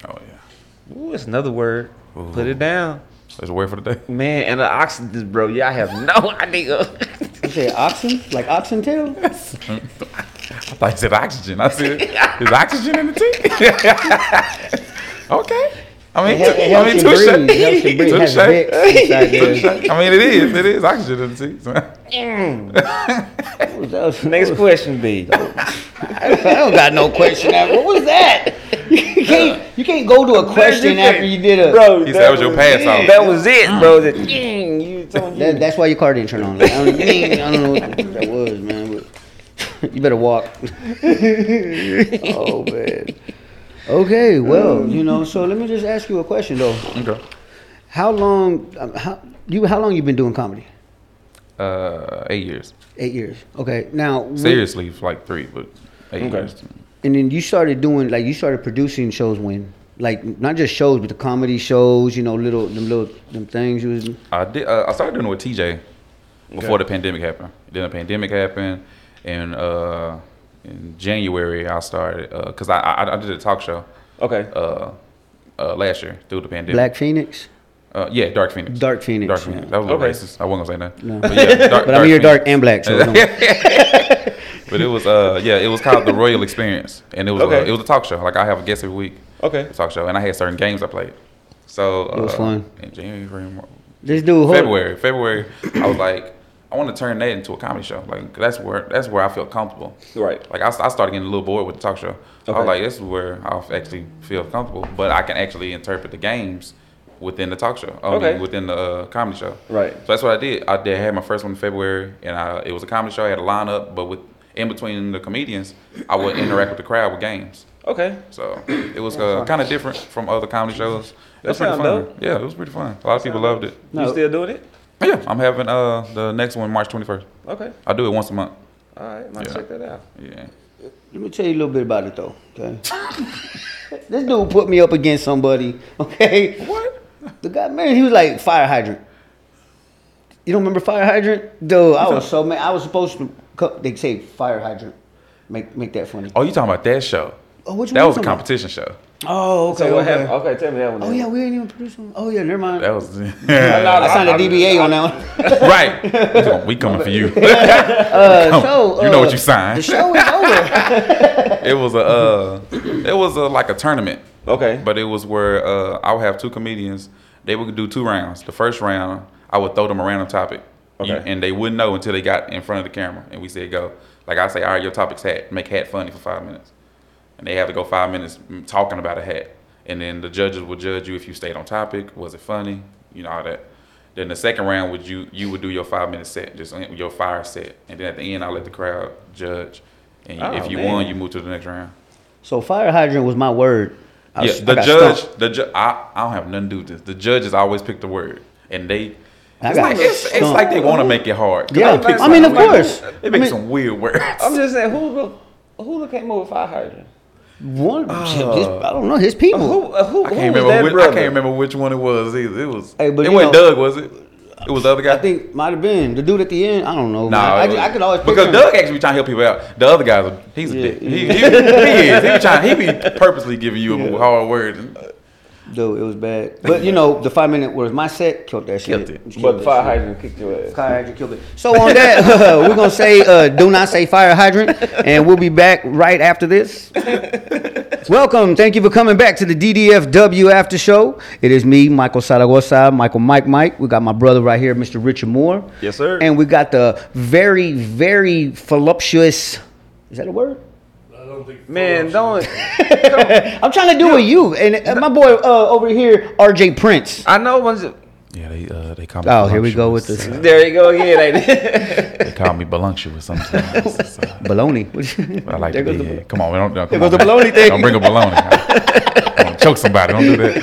D: Oh yeah,
E: Ooh, it's another word. Put it down.
D: there's a word for the day.
E: Man, antioxidants, bro. Yeah, I have no idea.
A: you say oxen? Like oxen tail?
D: I thought you said oxygen. I said, is oxygen in the tea? okay. I mean,
A: It
D: I
A: helps
D: mean,
A: you
D: touche.
A: breathe. It helps you breathe. It has
D: Touche.
A: Vicks inside there.
D: Touche. I mean, it is. It is oxygen in the tea. So.
A: What else?
E: Next question, B.
A: I don't got no question. After. What was that? You can't. You can't go to a question after you did a.
E: Bro,
D: He said that was your pass
E: it.
D: off.
E: That was it, bro. That, you told
A: That, that's why your car didn't turn on. Like, I, don't, I don't know what that was, man. But you better walk. oh man. Okay. Well, you know. So let me just ask you a question though.
D: Okay.
A: How long? um, How you? How long you been doing comedy?
D: Uh, eight years.
A: Eight years. Okay. Now. when-
D: Seriously, it's like three, but eight
E: Okay.
D: years.
A: And then you started doing like you started producing shows when like not just shows but the comedy shows, you know, little them little them things you was
D: I did. Uh, I started doing it with TJ before the pandemic happened. Then the pandemic happened, and uh, in January I started because I, I I did a talk show
E: Okay.
D: uh, uh, last year through the pandemic.
A: Black Phoenix.
D: Uh, yeah, Dark Phoenix.
A: Dark Phoenix,
D: Dark
A: yeah.
D: Phoenix. That was a little
E: Okay.
D: racist. I wasn't gonna say that.
A: No.
D: But, yeah, dark,
A: But I mean you're dark
D: Phoenix.
A: and black, so it don't-
D: But it was uh yeah it was called the Royal Experience, and it was
E: Okay.
D: uh, it was a talk show. Like I have a guest every week.
E: Okay.
D: A talk show, and I had certain games I played. So
A: It was
D: uh,
A: fun.
D: In January, Mar-
A: this dude hold,
D: February, February, I was like, I want to turn that into a comedy show. Like that's where that's where I feel comfortable.
E: Right.
D: Like I, I started getting a little bored with the talk show. So I
E: Okay.
D: was like, this is where I actually feel comfortable, but I can actually interpret the games within the talk show. I mean,
E: Okay.
D: within the uh, comedy show.
E: Right.
D: So that's what I did. I did I had my first one in February, and I, it was a comedy show. I had a lineup, but with in between the comedians, I would interact with the crowd with games.
E: Okay.
D: So it was uh, kind of different from other comedy shows. It was pretty
E: sound
D: fun.
E: dope.
D: Yeah, it was pretty fun. A lot of people loved it.
A: No.
E: You still doing it?
D: Yeah, I'm having uh the next one March 21st.
E: Okay.
D: I do it once a month.
E: All right. Might
D: Yeah.
E: check that out.
D: Yeah.
A: Let me tell you a little bit about it though. Okay. this dude put me up against somebody, okay?
D: What?
A: The guy, man, he was like fire hydrant. You don't remember fire hydrant, dude? I was so mad. I was supposed to. co- They say fire hydrant. Make make that funny.
D: Oh, you talking about that show?
A: Oh, which
D: that
A: one
D: was
A: you talking about?
D: a competition show.
A: Oh, okay.
E: So what
A: okay.
E: happened? Okay, tell me that one.
A: Oh
E: then.
A: yeah, we didn't even produce one. Oh yeah, never mind.
D: That was
A: I signed a
E: I- I-
A: DBA on that one.
D: right. We gon- We coming for you.
A: Uh,
D: Come,
A: so
D: you know
A: uh,
D: what you signed.
A: The show is over.
D: it was a uh, it was a, like a tournament,
E: Okay.
D: but it was where uh, I would have two comedians. They would do two rounds. The first round, I would throw them a random topic, You-
E: Okay.
D: and they wouldn't know until they got in front of the camera, and we said go. Like I say, all right, your topic's hat. Make hat funny for five minutes, and they have to go five minutes mm, talking about a hat, and then the judges would judge you if you stayed on topic. Was it funny? You know all that. Then the second round would you you would do your five minute set, just uh, your fire set, and then at the end I let the crowd judge, and
E: Oh,
D: if you
E: man.
D: won, you move to the next round.
A: So fire hydrant was my word. I
D: Yeah,
A: was- I
D: the
A: got
D: judge,
A: stumped.
D: the ju- I, I don't have nothing to do with this. The judges always pick the word, and they
A: I
D: it's
A: got
D: like, it's, it's
A: stumped.
D: like they want to make it hard. 'Cause
A: Yeah.
D: they pick
A: I mean,
D: some
A: of
D: weird-
A: course.
D: they make
A: I mean-
D: some weird words.
E: I'm just saying, who who came over fire hydrant?
A: One,
D: Uh,
A: his, I don't know his people.
E: Who uh, who,
D: I
E: who
D: can't
E: was
D: remember.
E: that
D: Which, I
E: brother?
D: can't remember which one it was either. It was.
A: Hey, but
D: it
A: you
D: wasn't
A: know-
D: Doug, was it? It was the other guy.
A: I think might have been the dude at the end. I don't know. man.
D: Nah,
A: I,
D: it
A: ju- I
D: wasn't.
A: could always
D: because
A: picture him.
D: Doug actually be trying to help people out. The other guy's a, he's a
A: Yeah,
D: dick. He, he, he is. He be trying. He be purposely giving you a hard word.
A: Dude, it was bad. But you know, the five minute was my set killed that shit.
D: Killed it.
A: Killed
E: But the
A: that
E: fire
A: shit.
E: hydrant kicked your ass.
A: Fire hydrant killed it. So on that, we're gonna say uh, do not say fire hydrant, and we'll be back right after this. Welcome. Thank you for coming back to the DDFW After Show. It is me, Michael Saragosa, Michael Mike Mike. We got my brother right here, Mr. Richard Moore.
E: Yes, sir.
A: And we got the very, very voluptuous. Is that a word?
E: Man, don't.
A: I'm trying to do with you and uh, my boy uh, over here, RJ Prince.
E: I know once.
D: Yeah, they uh, they call me.
A: Oh, here we go with this
E: There you go again. ain't it?
D: They call me voluptuous sometimes.
A: baloney.
D: I like
A: There
D: to
A: goes
D: be
A: the
D: here. Come on, man, don't, don't, come
A: goes
D: on,
A: the
D: man.
A: baloney thing.
D: Don't bring a baloney. I, am gonna choke somebody. Don't do that.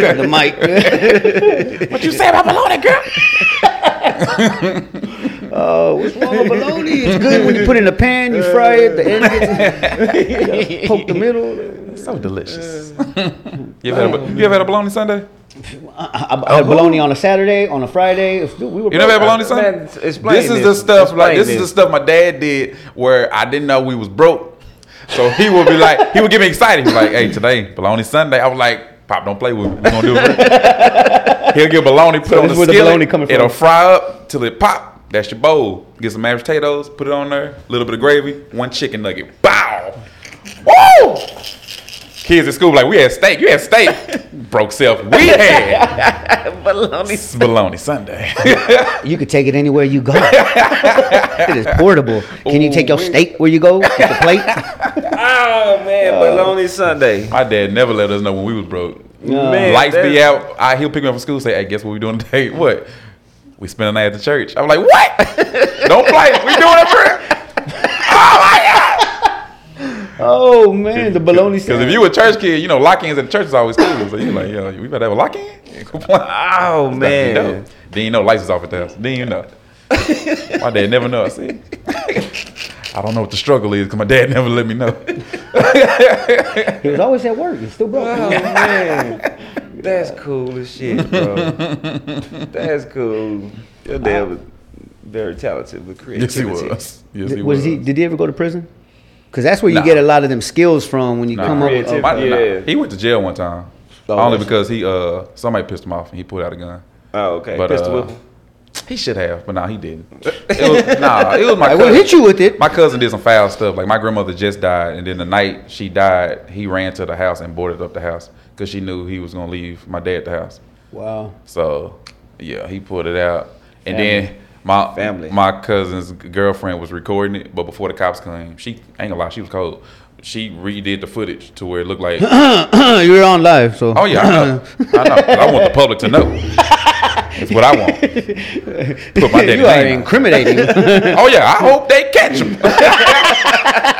A: bal- the mic.
D: What you say about baloney, girl?
A: Oh, what's wrong with baloney? It's good when you put it in the pan, you fry it, the end gets you poke the middle.
D: So delicious. you, ever had a, you ever had a bologna Sunday? Uh,
A: I, I- I had baloney on a Saturday, on a Friday. It's- dude, we were
D: You never had
A: broke.
D: bologna Sunday?
E: Man, explain
D: this is the
E: this.
D: stuff. Like
E: Explain
D: this, is the
E: this.
D: stuff my dad did where I didn't know we was broke. So he would be like, he would get me excited. He was like, "Hey, today bologna Sunday." I was like, "Pop, don't play with me. We gonna do it." He'll get bologna, put it
A: this
D: on the
A: is where the
D: skillet.
A: bologna coming from.
D: It'll fry up till it pop. That's your bowl. Get some mashed potatoes, put it on there, a little bit of gravy, one chicken nugget. Bow. Woo! Kids at school like, we had steak. You had steak. Broke self. We had
E: Baloney.
D: bologna Sunday.
A: You could take it anywhere you go. it is portable. Can you take your steak where you go? With the plate?
E: Oh man, Baloney Sunday.
D: My dad never let us know when we was broke.
E: Man,
D: Lights be
E: that-
D: out. I, he'll pick me up from school. Say, "Hey, guess what we doing today? What? We spent a night at the church." I'm like, "What? Don't play. We doing it for?"
A: Oh man, the baloney
D: Because if
A: Sunday.
D: you a church kid, you know lock-ins at the church is always cool. So you like, yo, we better have a lock-in.
E: Oh man.
D: Then you know lights is off at the house. Then you know. my dad never know. See, I don't know what the struggle is because my dad never let me know.
A: He was always at work. He's still broke.
E: Oh man. That's cool as shit, bro. That's cool. Your dad was very talented with creativity.
D: yes, he was. Yes, he
A: was
D: was.
A: he? Did he ever go to prison? Because that's where you
D: Nah.
A: get a lot of them skills from when you
D: Nah.
A: come up.
E: Creativity.
A: With,
D: My- nah,
E: Yeah.
D: he went to jail one time.
A: Oh,
D: only
A: that's-
D: because he uh somebody pissed him off and he pulled out a gun.
E: Oh, okay.
D: But,
E: Pistol
D: uh,
E: whip.
D: He should have, but nah, he didn't. It was, nah, it was my
A: I
D: cousin.
A: will hit you with it.
D: My cousin did some foul stuff. Like my grandmother just died, and then the night she died, he ran to the house and boarded up the house because she knew he was gonna leave my dad the house.
A: Wow.
D: So yeah, he pulled it out, and then my
E: Family.
D: my cousin's girlfriend was recording it, but before the cops came, she ain't gonna lie, she was cold. She redid the footage to where it looked like
A: You're on live, so.
D: Oh yeah, I know. I know. I want the public to know. That's what I want. Put my daddy's
A: you are
D: name. on.
A: incriminating.
D: Oh yeah, I hope they catch him.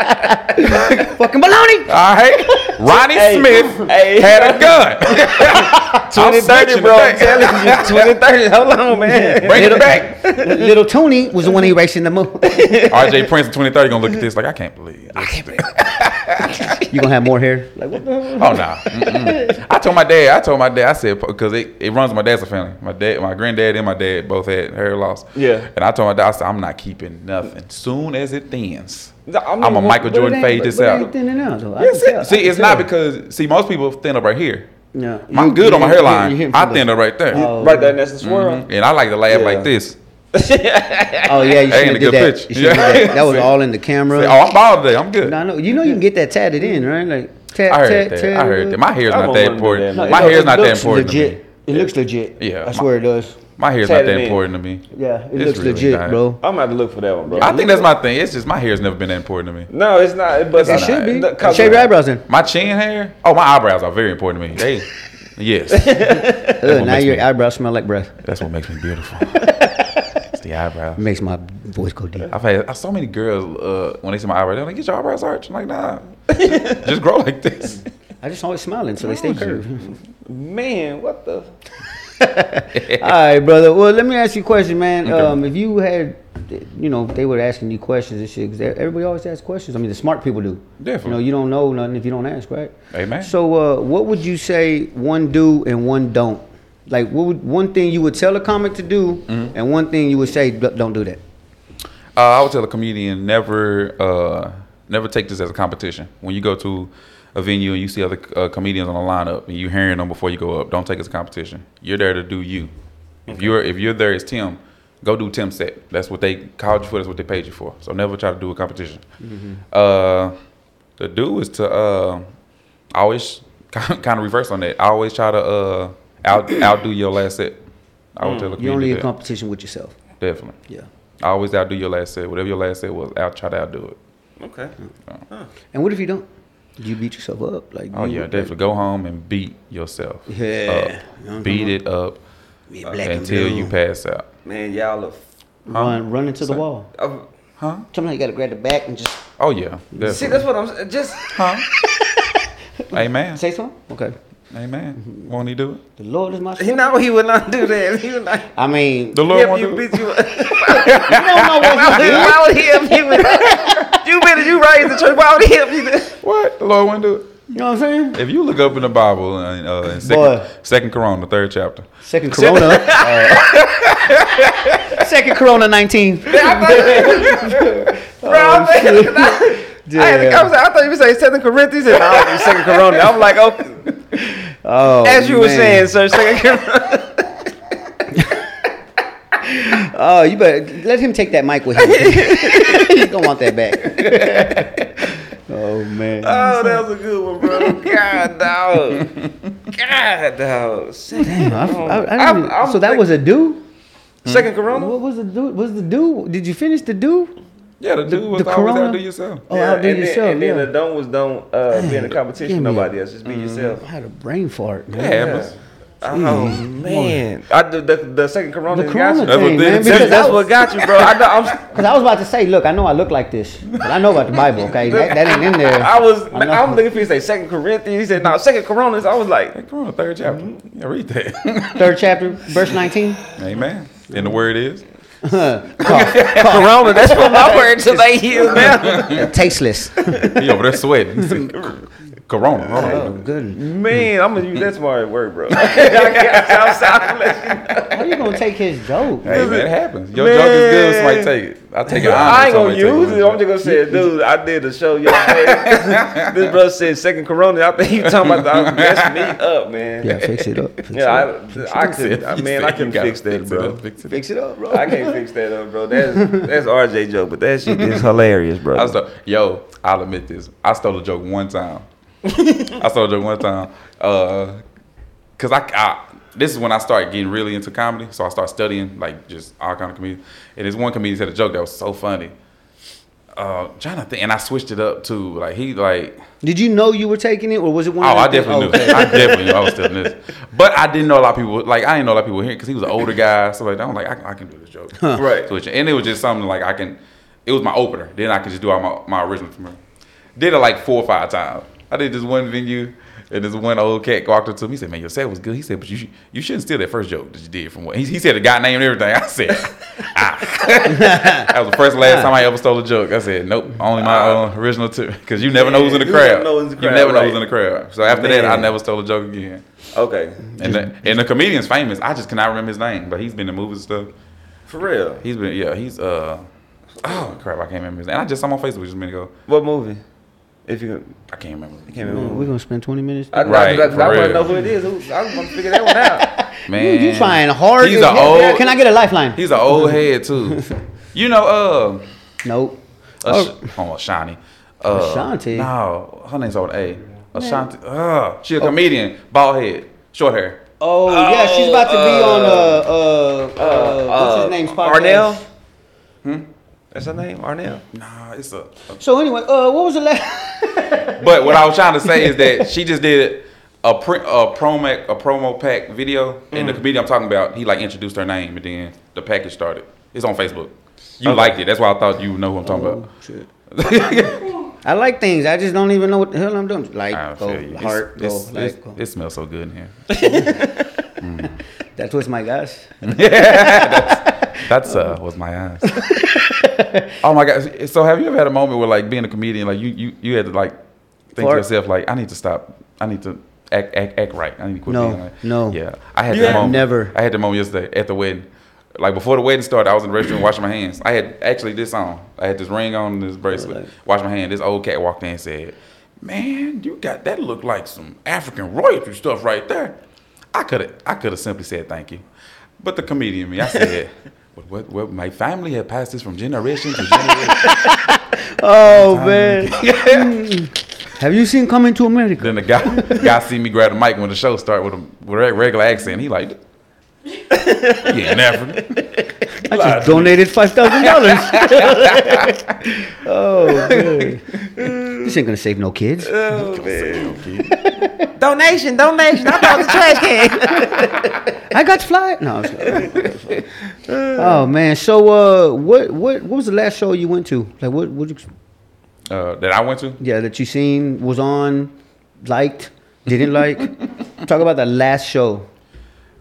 A: Fucking baloney.
D: All right, Ronnie
E: Hey,
D: Smith
E: hey.
D: had a gun. I'm
E: 2030,
D: searching
E: bro.
D: the
E: I'm
D: thing.
E: telling you, 2030. Hold on, Oh, man.
D: Bring
A: Little-
D: it back.
A: Little Tony was the one erasing the moon.
D: RJ Prince in 2030 gonna look at this like I can't believe. This.
A: You gonna have more hair? Like what the hell?
D: Oh no! Mm-mm. I told my dad. I told my dad. I said because it, it runs in my dad's family. My dad, my granddad, and my dad both had hair loss.
E: Yeah.
D: And I told my dad, I said, I'm not keeping nothing. Soon as it thins,
E: No, I
D: I
E: mean,
D: am a
E: what-
D: Michael
A: But it
D: Jordan
A: ain't-
D: fade
A: but-
D: this
A: but it
D: out.
A: ain't thinning out though. I
D: That's
A: can tell- I
D: it. See,
A: can
D: it's not
A: tell.
D: because see most people thin up right here.
A: No,
D: I'm
A: You-
D: good on my
A: you- you-
D: hairline.
A: you hit
D: I
A: from the-
D: thin up right there.
A: Oh.
E: Right there, and that's the swirl.
D: Mhm. And I like to laugh
E: Yeah.
D: like this.
A: Oh yeah, you
D: That
A: should have
D: ain't a
A: did
D: good
A: that.
D: pitch.
A: You should've
D: Yeah.
A: did that. That was
D: See?
A: all in the camera.
D: Say, oh, I'm bald today. I'm good.
A: No, no, you know you can get that tatted in, right? Like tat,
D: I heard
A: tat,
D: that.
A: tat,
D: I heard that. My hair's
E: I
D: not
E: don't
D: that
E: wanna do
D: important.
E: that, man.
D: my
A: it-
D: hair's
A: it
D: not that
A: looks
D: important to me.
A: Legit. It looks legit.
D: Yeah,
A: I
D: my-
A: swear it does.
D: My hair's
E: Tell
D: not
E: me.
D: that important to me.
A: Yeah, it
D: It's
A: looks
D: really
A: legit,
D: not.
A: bro.
E: I'm about to look for that one, bro.
D: I think that's my thing. It's just my hair's never been that important to me.
E: No, it's not. But
A: It
D: It's
A: should be.
E: No, 'cause-
A: Shave your eyebrows in.
D: My chin hair? Oh, my eyebrows are very important to me. They, yes,
A: Ugh,
D: what
A: now
D: makes
A: your
D: me-
A: eyebrows smell like breath.
D: that's what makes me beautiful. It's the eyebrows.
A: Makes my voice go deep.
D: I've had I, so many girls uh, when they see my eyebrows, they're like, "Get your eyebrows arched." I'm like, "Nah, just grow like this."
A: I just always smiling, so they stay curved.
E: man, what the?
A: All right, brother. Well, let me ask you a question, man.
D: Okay.
A: Um, if you had, you know, they were asking you questions and shit. 'cause e-, everybody always asks questions. I mean, the smart people do.
D: Definitely.
A: You know, you don't know nothing if you don't ask, right?
D: Amen.
A: So, uh, what would you say one do and one don't? Like, what would one thing you would tell a comic to do, and one thing you would say "D- don't do that?
D: Uh, I would tell a comedian never, uh, never take this as a competition. When you go to a venue and you see other uh, comedians on the lineup and you hearing them before you go up, don't take it as a competition. You're there to do you. If you're if you're there as Tim, go do Tim's set. That's what they called you for. That's what they paid you for. So never try to do a competition. Uh, the do is to uh, always kind of reverse on that. Always try to uh, out outdo your last set. I would tell a
A: You're only
D: comedian
A: in
D: that.
A: competition with yourself.
D: definitely.
A: Yeah.
D: I always outdo your last set. Whatever your last set was, out try to outdo it.
E: Okay.
A: And what if you don't? You beat yourself up. Like,
D: Oh
A: you-
D: yeah, definitely go home and beat yourself.
A: Mm-hmm. Yeah, you know what I'm
D: Up. Beat
A: talking
D: it up
A: Be
D: uh,
A: black and
D: until
A: blue.
D: you pass out.
E: Man, y'all look.
A: Run, run into the
D: So-
A: wall.
E: Uh,
D: Huh?
A: Sometimes you gotta grab the back and just
D: Oh yeah,
E: see,
D: definitely.
E: that's what I'm just.
D: Huh? Amen.
A: say Mm-hmm. something. Okay.
D: Amen. Won't he do it?
A: The Lord is my.
E: He
A: shepherd.
E: know he would not do that. He would not.
A: I mean,
D: The Lord
E: If
D: won't
E: you
D: do it.
E: bitch, you.
A: don't know what he did.
E: Why would he help you? With that? You better. You raised the church. Why would he help you? That?
D: What? The Lord won't do it.
A: You know what I'm saying?
D: If you look up in the Bible and uh, in
A: Boy.
D: second, second Corona, third chapter,
A: Second Corona. uh, second Corona Oh, 19.
E: Bro, I'm thinking- I, had to
A: Damn.
E: come, I thought you were saying Second Corinthians and I was Second Corona. I'm like, oh,
A: Oh,
E: as you were
A: man.
E: saying, sir, Second Corona.
A: Oh, you better let him take that mic with him. He don't want that back. oh man.
E: Oh, that was a good one, bro. God, dog. God, dog. Second
A: Damn, I- I- I didn't
E: I'm-
A: even-
E: I'm
A: so that
E: think-
A: was a do.
E: Second Corona.
A: What was the do? Was the do? Did you finish the do?
D: yeah, the dude was
A: the
D: always
A: Corona?
D: outdo yourself.
A: Oh, I'll do
E: and
A: yourself.
E: Then, and
A: yeah.
E: then the don't was don't uh, be in a
A: give
E: competition.
A: me uh,
E: Nobody else. Just be yourself.
A: I had a brain fart, man.
D: It happens.
E: Oh man, I the, the, the second Corona
A: The
E: got you.
A: Corona
D: That's what
A: thing,
D: they-
A: man.
D: that's-
A: Because
E: That's,
A: that's
E: that's what got you, bro. I, know, I'm,
A: Because I was about to say, look, I know I look like this, but I know about the Bible, okay? That, that ain't in there.
E: I was.
A: know.
E: I'm looking for you to say Second Corinthians. He said no, Second Coronas. I was like,
D: Second Corona, third chapter.
A: Mm-hmm.
D: Yeah, read that.
A: Third chapter, verse 19.
D: Amen. And the
A: Mm-hmm.
D: word is.
E: Corona. That's what my word today is now.
A: Tasteless.
D: He over there sweating. Corona. Hold on.
A: Oh, good.
E: Man, I'm gonna use that smart word, bro. I can't- I'm sorry, I'm letting you know.
A: How you going to take his joke?
D: Hey man, it happens. Your joke is good, somebody take it. I take it.
E: I ain't gonna use it. I'm just gonna say, dude, I did a show yesterday. this brother said second Corona. I think he talking about that. That's me up, man.
A: Yeah, fix it up. Fix it
E: Yeah,
A: up.
E: I, I could, I, man, I can fix that, bro.
A: Fix it up, bro.
E: I can't fix that up, bro. That's that's RJ joke, but that shit is hilarious, bro.
D: I stole, yo, I'll admit this. I stole a joke one time. I stole a joke one time. Uh, cause I, I, this is when I started getting really into comedy. So I started studying like just all kind of comedians. And this one comedian said a joke that was so funny. Uh, Jonathan, and I switched it up too. Like he like
A: Did you know you were taking it, or was it one
D: Oh,
A: of
D: I
A: them
D: definitely
A: things-
D: knew. I definitely knew I was still in this. But I didn't know a lot of people. Like I didn't know a lot of people here because he was an older guy. So like I'm like I, I can do this joke,
E: Right.
D: So it's- and it was just something like I can. It was my opener. Then I could just do all my, my original. from there. Did it like four or five times. I did this one venue. And this one old cat walked up to me. He said, "Man, your set was good." He said, "But you sh- you shouldn't steal that first joke that you did from what he, he said the guy name and everything." I said, "Ah." that was the first and last time I ever stole a joke. I said, "Nope, only my uh, original two because you never know who's in the
E: Ah. You never
D: crowd.
E: know who's in the
D: You
E: crowd,
D: never know
E: right.
D: who's in the crowd." So after that, I
E: Man.
D: never stole a joke again.
E: Okay,
D: And the, and the comedian's famous. I just cannot remember his name, but he's been in movies and stuff.
E: for real.
D: He's been yeah. He's uh oh crap, I can't remember his name. And I just saw him on Facebook just a minute ago.
E: What movie? If you can,
D: I can't remember.
E: I can't remember.
A: Man, we're gonna spend 20 minutes.
E: I,
D: Right,
E: right, I, I,
D: for
E: I want to
D: real.
E: know who it is. Who, I want to figure that one out.
D: Man,
A: you, you trying hard?
D: He's
A: as
D: an
A: hell.
D: old.
A: Yeah, Can I get a lifeline?
D: He's an old head too. you know, uh,
A: nope.
D: Ash- oh Shani, uh,
A: Ashanti?
D: No, her name's on A. Ashanti. Uh, she a comedian, bald head, short hair.
A: Oh, yeah, she's about to be on uh uh, uh, what's
E: Uh,
A: his name's podcast.
E: Arnell. Hmm? That's her name, Arnell.
D: Nah, Uh, it's a.
A: So anyway, uh, what was the last?
D: But what I was trying to say is that she just did a print a promo a promo pack video, and
A: Mm.
D: the comedian I'm talking about, he like introduced her name, and then the package started. It's on Facebook. You liked it. That's why I thought you would know who I'm talking about.
A: Shit. I like things. I just don't even know what the hell I'm doing. Like,
D: I
A: go
D: feel you. It's-
A: Oh, heart, go
D: it's-
A: like.
D: it's-
A: go.
D: It smells so good in here.
A: That was my guess.
D: That's uh, was my eyes. oh my god! So have you ever had a moment where like being a comedian, like you you you had to like think
A: Fart.
D: to yourself like I need to stop. I need to act act act right. I need to quit
A: No,
D: being like
A: no.
D: Yeah, I had
E: You
D: the
E: had-
D: moment.
A: Never.
D: I had the moment yesterday at the wedding. Like before the wedding started, I was in the restroom washing my hands. I had actually this on. I had this ring on, and this bracelet.
A: Really?
D: Wash my hand. This old cat walked in and said, "Man, you got that look like some African royalty stuff right there." I could have I could have simply said thank you, but the comedian in me, I said, "What? What? what my family had passed this from generation to generation."
A: Oh man, have you seen Coming to America?
D: then the guy guy see me grab the mic when the show started with a, with a regular accent. He like, "Yeah, in Africa."
A: I just donated five thousand dollars. oh, man. this ain't gonna save no kids.
E: Oh man.
D: Okay.
E: Donation, donation. I thought it was a trash can.
A: I got fly. No. I was- oh man. So uh, what what what was the last show you went to? Like what what? You,
D: Uh, that I went to.
A: yeah, that you seen was on, liked, didn't like. Talk about the last show.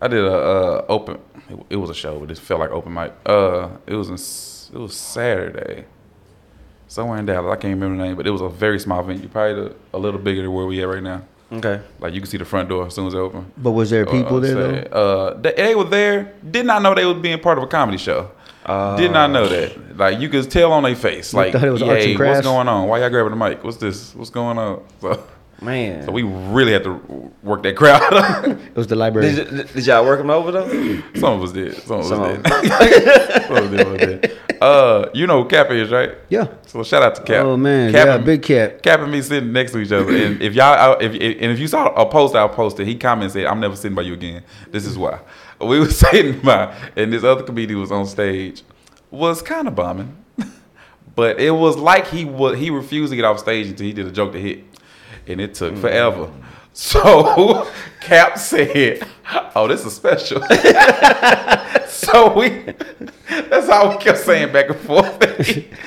D: I did a uh, open. It, it was a show, but it felt like open mic. Uh, it was in, S- it was Saturday, somewhere in Dallas. I can't remember the name, but it was a very small venue, probably the, a little bigger than where we at right now.
E: Okay.
D: Like you can see the front door as soon as it opened.
A: But was there people
D: Uh,
A: there though?
D: say, Uh, they, they were there. Did not know they was being part of a comedy show. did not know that. Like you could tell on their face. Like,
A: thought it was arts and
D: hey,
A: crafts."
D: what's going on? Why y'all grabbing the mic? What's this? What's going on? So,
E: Man.
D: so we really had to work that crowd.
A: It was the library.
E: did, y- did y'all work him over though?
D: Some of us did. Some of
E: Some
D: us
E: of
D: did. Some of us did. One did. Uh, you know who Cap is, right?
A: yeah.
D: So shout out to Cap.
A: Oh man.
D: Cap
A: yeah.
D: and-
A: Big cat.
D: Cap and me sitting next to each other, and if y'all, if and if you saw a post I posted, he commented, said, "I'm never sitting by you again." This is why we were sitting by, and this other comedian was on stage, was kind of bombing, but it was like he was he refused to get off stage until he did a joke to hit, and it took forever. So Cap said, "Oh, this is special." so we, that's how we kept saying back and forth.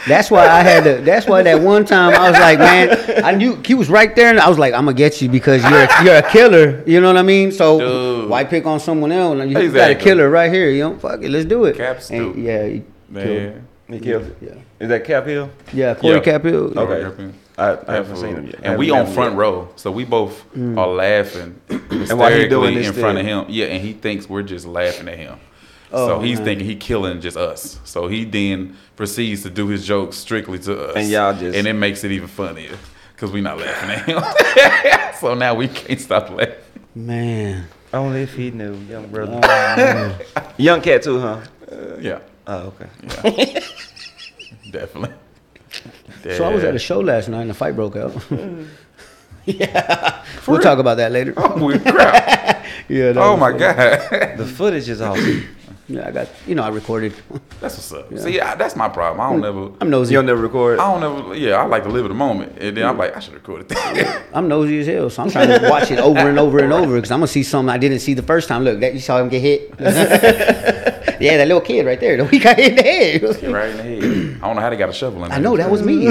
A: That's why I had to. That's why that one time I was like, man, I knew he was right there, and I was like, I'm gonna get you because you're a, you're a killer. You know what I mean? So
D: Dude.
A: why pick on someone else? You got a
D: Exactly.
A: killer right here. You know, fuck it, let's do it.
D: Cap's
A: And
D: dude.
A: yeah, he killed.
D: Man.
E: He killed.
A: Yeah.
E: Is that Cap Hill?
A: yeah, Corey
D: Yeah.
A: Cap Hill.
E: Okay.
D: European.
E: I, I haven't
D: Absolutely.
E: seen him yet.
D: And we
E: Haven't-
D: on
E: haven't
D: front
E: yet.
D: row, so we both are laughing and
E: while he doing this
D: in front
E: thing.
D: of him. Yeah, and he thinks we're just laughing at him.
A: Oh,
D: so he's
A: man.
D: thinking he killing just us. So he then proceeds to do his jokes strictly to us,
E: And y'all just-
D: and it makes it even funnier because we not laughing at him. so now we can't stop laughing.
A: Man,
E: Only if he knew, young brother. young cat too, huh?
D: Uh, yeah,
E: Oh, okay.
D: definitely.
A: so I was at a show last night and a fight broke out. yeah, we'll talk about that later.
D: Mm. Oh, we crap.
A: Yeah. that
D: oh
A: was
D: my
A: it.
D: god.
E: The footage is awesome.
A: Yeah, I got. You know, I recorded.
D: That's what's up. See, I, that's my problem. I don't ever.
A: I'm nosy.
E: You'll never record.
D: I don't ever. Yeah, I like to live in the moment, and then I'm like, I should record it.
A: I'm nosy as hell, so I'm trying to watch it over and over and over because I'm gonna see something I didn't see the first time. Look, that you saw him get hit. yeah, that little kid right there. He got hit in the head.
D: right in the head. I don't know how they got a shovel in.
A: I know that was me.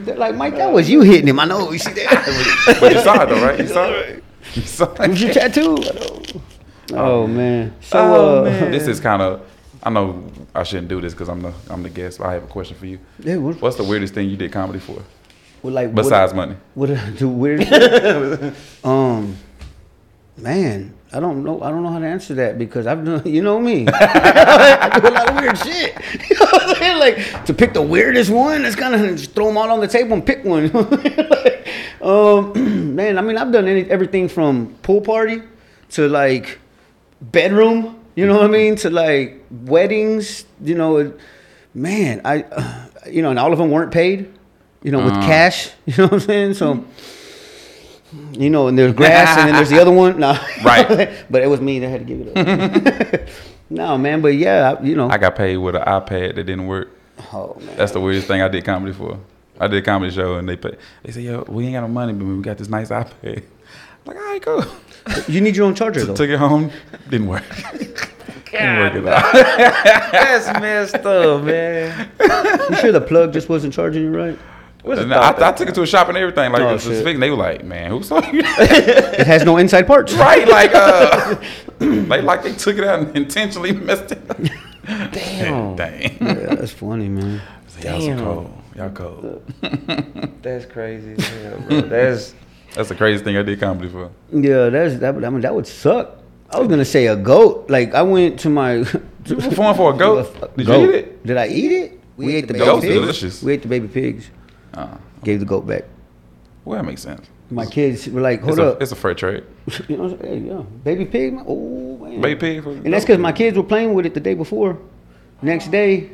A: They're like, Mike, that was you hitting him. I know. You see that?
D: But you saw it though, right? You saw it. You saw it.
A: was your tattoo? I know. Oh man. So
E: Oh,
A: uh,
E: man.
D: This is kind of. I know I shouldn't do this because I'm the I'm the guest. But I have a question for you.
A: Yeah, what-
D: What's the weirdest thing you did comedy for
A: well, like what-
D: besides money?
A: What the weird? um, man, I don't know. I don't know how to answer that because I've done. You know me. I do a lot of weird shit. You know what I'm saying? Like to pick the weirdest one. That's kind of just throw them all on the table and pick one. Like, um, man, I mean, I've done any, everything from pool party to like bedroom. You know what I mean? To like weddings. You know, it- man, I. you know, and all of them weren't paid. You know, with cash. You know what I'm saying? So. You know, and there's grass, and then there's the other one. Nah.
D: Right.
A: but it was me that had to give it up. no, man. But yeah, I- you know.
D: I got paid with an iPad that didn't work.
A: oh man.
D: That's the weirdest thing I did comedy for. I did a comedy show and they pay, they said, "Yo, we ain't got no money, but we got this nice iPad." I'm like, all right, cool.
A: You need your own charger though.
D: Took it home, didn't work. didn't work at all.
E: That's messed up, man.
A: you sure the plug just wasn't charging you right?
E: What's
D: And
E: the
D: I,
E: thought
D: I
E: that-
D: took it to a shop and everything. Like,
A: Oh,
D: it's
A: shit.
D: just fixed. They were like, man, who sold you?
A: It has no inside parts.
D: right? Like, uh, they like they took it out and intentionally messed it up.
E: Damn.
D: Dang.
A: Yeah, that's funny, man.
D: So y'all some
E: Damn.
D: cold. Y'all cold.
E: That's crazy. as hell, bro. That's
D: That's the craziest thing I did comedy for.
A: Yeah, that's that. would- I mean, that would suck. I was gonna say a goat. Like I went to my.
D: You performed for a goat? Did you eat it?
A: Did I eat it? We, ate the baby
D: goat's
A: pigs.
D: delicious.
A: We ate the baby pigs.
D: Uh,
A: Gave the goat back.
D: well, that makes sense.
A: My kids were like,
D: It's
A: "Hold
D: a,
A: up,
D: it's a fair trade.
A: you know, what I'm saying? yeah, baby pig. man. Oh man,
D: Baby pig for- Oh.
A: And that's because my kids were playing with it the day before. Next day,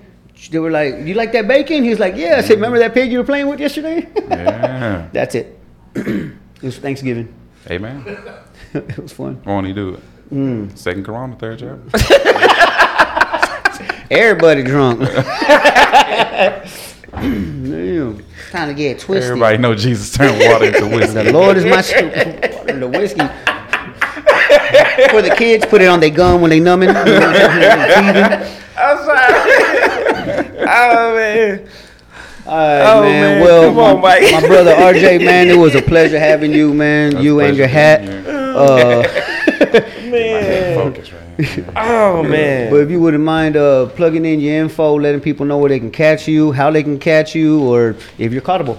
A: they were like, "You like that bacon?" He was like, "Yeah." I said, "Remember that pig you were playing with yesterday?"
D: Yeah.
A: that's it. it was Thanksgiving.
D: hey, man.
A: it was fun.
D: Won't he do it?
A: Hmm.
D: Second Corona, third job.
A: Everybody drunk. Damn, time to get twisted.
D: Everybody know Jesus turned water into
A: The
D: whiskey.
A: Lord is my strength. Water and the whiskey. For the kids, put it on their gum when they numbing.
E: I'm sorry. oh man.
A: All right,
E: Oh,
A: man.
E: man.
A: Well,
E: Come on,
A: my,
E: Mike.
A: my brother RJ, man, it was a pleasure having you, man.
D: That's
A: you
D: a
A: and your
D: pleasure
A: hat.
D: being here.
A: Uh,
E: Man.
D: Focus right here.
E: Oh man.
A: but if you wouldn't mind uh, plugging in your info, letting people know where they can catch you, how they can catch you, or if you're caughtable.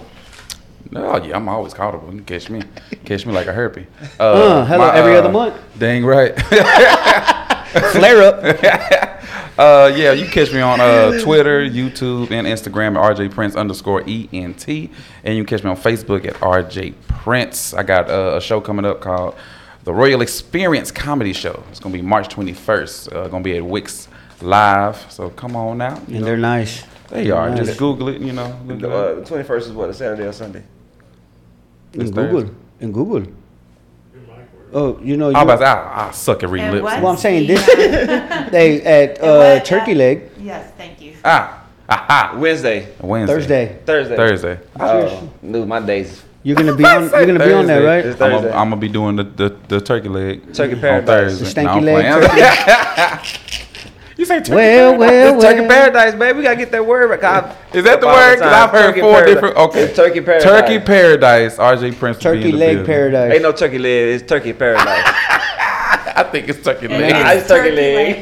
D: Oh yeah, I'm always callable. You can catch me, catch me like a herpy. Uh,
A: Uh, hello, every other
D: uh,
A: month.
D: Dang right.
A: Flare up.
D: uh, yeah, you catch me on uh, Twitter, YouTube, and Instagram at RJ Prince underscore ENT. And you can catch me on Facebook at RJ Prince. I got uh, a show coming up called The Royal Experience Comedy Show. It's going to be March 21st. Uh, going to be at Wix Live. So come on out. You
A: And
D: know,
A: they're nice.
D: They are.
A: Nice.
D: Just Google it, you know. look it up.
E: The uh, twenty first is what a Saturday or Sunday.
A: In
D: It's
A: Google.
D: Thursday.
A: In Google. Oh, you know, you,
D: I was about to say, I, I suck at reading
F: And
D: lips.
F: what?
A: well, I'm saying this.
F: Yeah.
A: they at
F: And what,
A: uh, Turkey Leg
F: Yes, thank you.
D: Ah, ah, ah.
E: Wednesday.
D: Wednesday.
A: Thursday.
E: Thursday.
D: Thursday.
E: Oh, dude, my days.
A: You're gonna be on. You're gonna be on there, right?
E: It's
D: I'm
E: Thursday.
D: gonna be doing the, the, the turkey leg.
E: Turkey
D: on
E: paradise.
A: The stanky
D: Thursday. No, I'm
A: leg.
D: playing.
A: turkey.
D: You say turkey
A: Well, well,
E: It's
A: well.
E: Turkey Paradise, baby. We gotta get that word. back. I-
D: Is that the
E: all
D: word? 'Cause
E: time.
D: I've heard
E: Turkey
D: four
E: Paradise.
D: different. Okay.
E: It's Turkey Paradise.
D: Turkey paradise. RJ Prince. will be
A: Turkey
D: in the
A: leg
D: building.
A: paradise.
E: Ain't no turkey leg. It's Turkey Paradise.
D: I think it's turkey
F: And
D: leg.
E: Man.
F: it's
E: Ice turkey leg.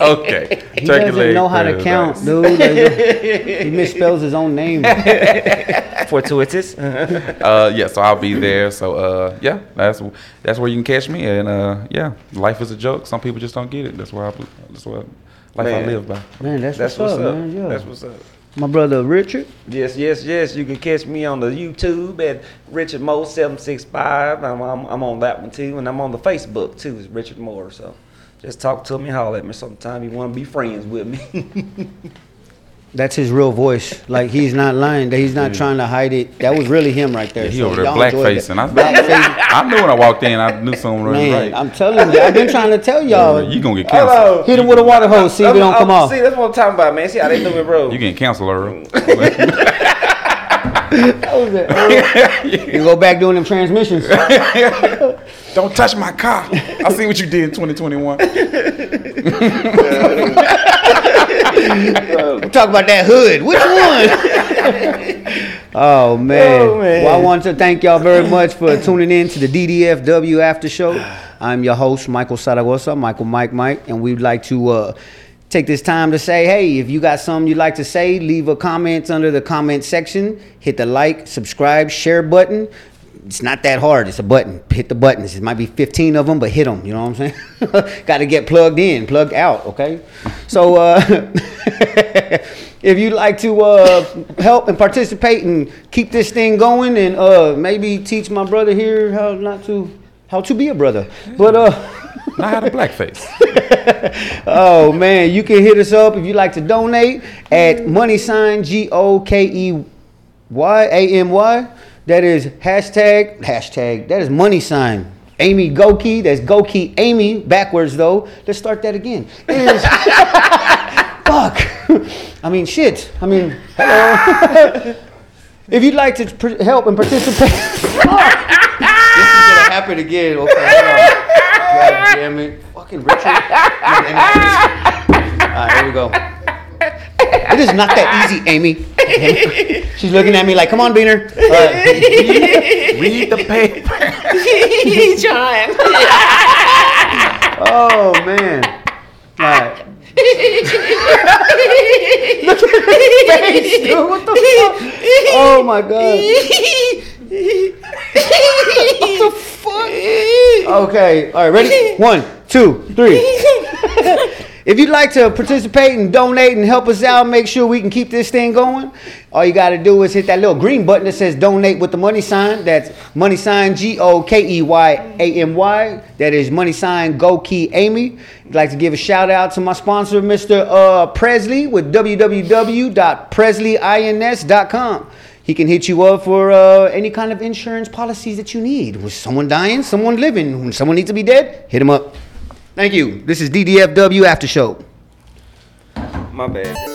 D: Okay.
A: He doesn't know how to
D: paradise.
A: count, dude. Like, he misspells his own name.
E: Fortuitous.
D: Uh, yeah. So I'll be there. So uh, yeah. That's that's where you can catch me. And uh, yeah, life is a joke. Some people just don't get it. That's why. I, that's what life I
E: Man.
D: live by.
A: Man, that's,
E: That's
A: what's,
E: what's
A: up,
E: up.
A: man. Yeah.
E: That's what's up.
A: My brother Richard.
E: Yes, yes, yes. You can catch me on the YouTube at Richard Moore seven six five. I'm, I'm I'm on that one too, and I'm on the Facebook too. It's Richard Moore. So just talk to me, holler at me sometime. You want to be friends with me?
A: That's his real voice. Like he's not lying. That he's not trying to hide it. That was really him right there.
D: Yeah, he
A: So
D: over there
A: y'all enjoyed
D: blackface,
A: that.
D: and I,
A: Blackface.
D: I knew when I walked in, I knew something was
A: Man,
D: right.
A: I'm telling you, I've been trying to tell y'all.
D: you gonna get
E: Hello.
D: canceled.
A: Hit him with a water hose. See if it
E: I'm-
A: don't come
E: I'm-
A: off.
E: See, that's what I'm talking about, man. See how they do it, bro.
D: You getting canceled, Earl?
A: You go back doing them transmissions.
D: Don't touch my car. I see what you did in 2021.
A: Talk about that hood. Which one? Oh man.
E: Oh, man.
A: Well, I want to thank y'all very much for tuning in to the DDFW After Show. I'm your host, Michael Saragosa, Michael Mike Mike, and we'd like to uh, take this time to say, hey, if you got something you'd like to say, leave a comment under the comment section. Hit the like, subscribe, share button. It's not that hard. It's a button. Hit the buttons. It might be 15 of them, but hit them. You know what I'm saying? Got to get plugged in, plugged out. Okay. So uh, if you'd like to uh, help and participate and keep this thing going, and uh, maybe teach my brother here how not to how to be a brother, but uh.
D: Not had a blackface.
A: oh man, you can hit us up if you'd like to donate at money sign G O K E Y A M Y. That is hashtag hashtag. That is money sign. Amy Goki. That's Goki Amy. Backwards though. Let's start that again. It is- fuck. I mean shit. I mean hello. if you'd like to pr- help and participate. Fuck. This is gonna happen again. Okay, hold on. God damn it. Fucking Richard. Alright, here we go. It is not that easy, Amy. She's looking at me like, come on, Beaner. Alright.
D: Read the paper.
F: John.
A: Oh, man. Alright. Face, dude, what the fuck? Oh, my God.
F: what the fuck?
A: Okay, alright, ready? One, two, three. If you'd like to participate and donate and help us out, make sure we can keep this thing going. All you got to do is hit that little green button that says donate with the money sign. That's money sign G O K E Y A M Y. That is money sign Go Key Amy. I'd like to give a shout out to my sponsor, Mr. Uh, Presley, with www.presleyins.com. He can hit you up for uh, any kind of insurance policies that you need. Was someone dying? Someone living? When someone needs to be dead? Hit him up. Thank you. This is DDFW After Show.
E: My bad.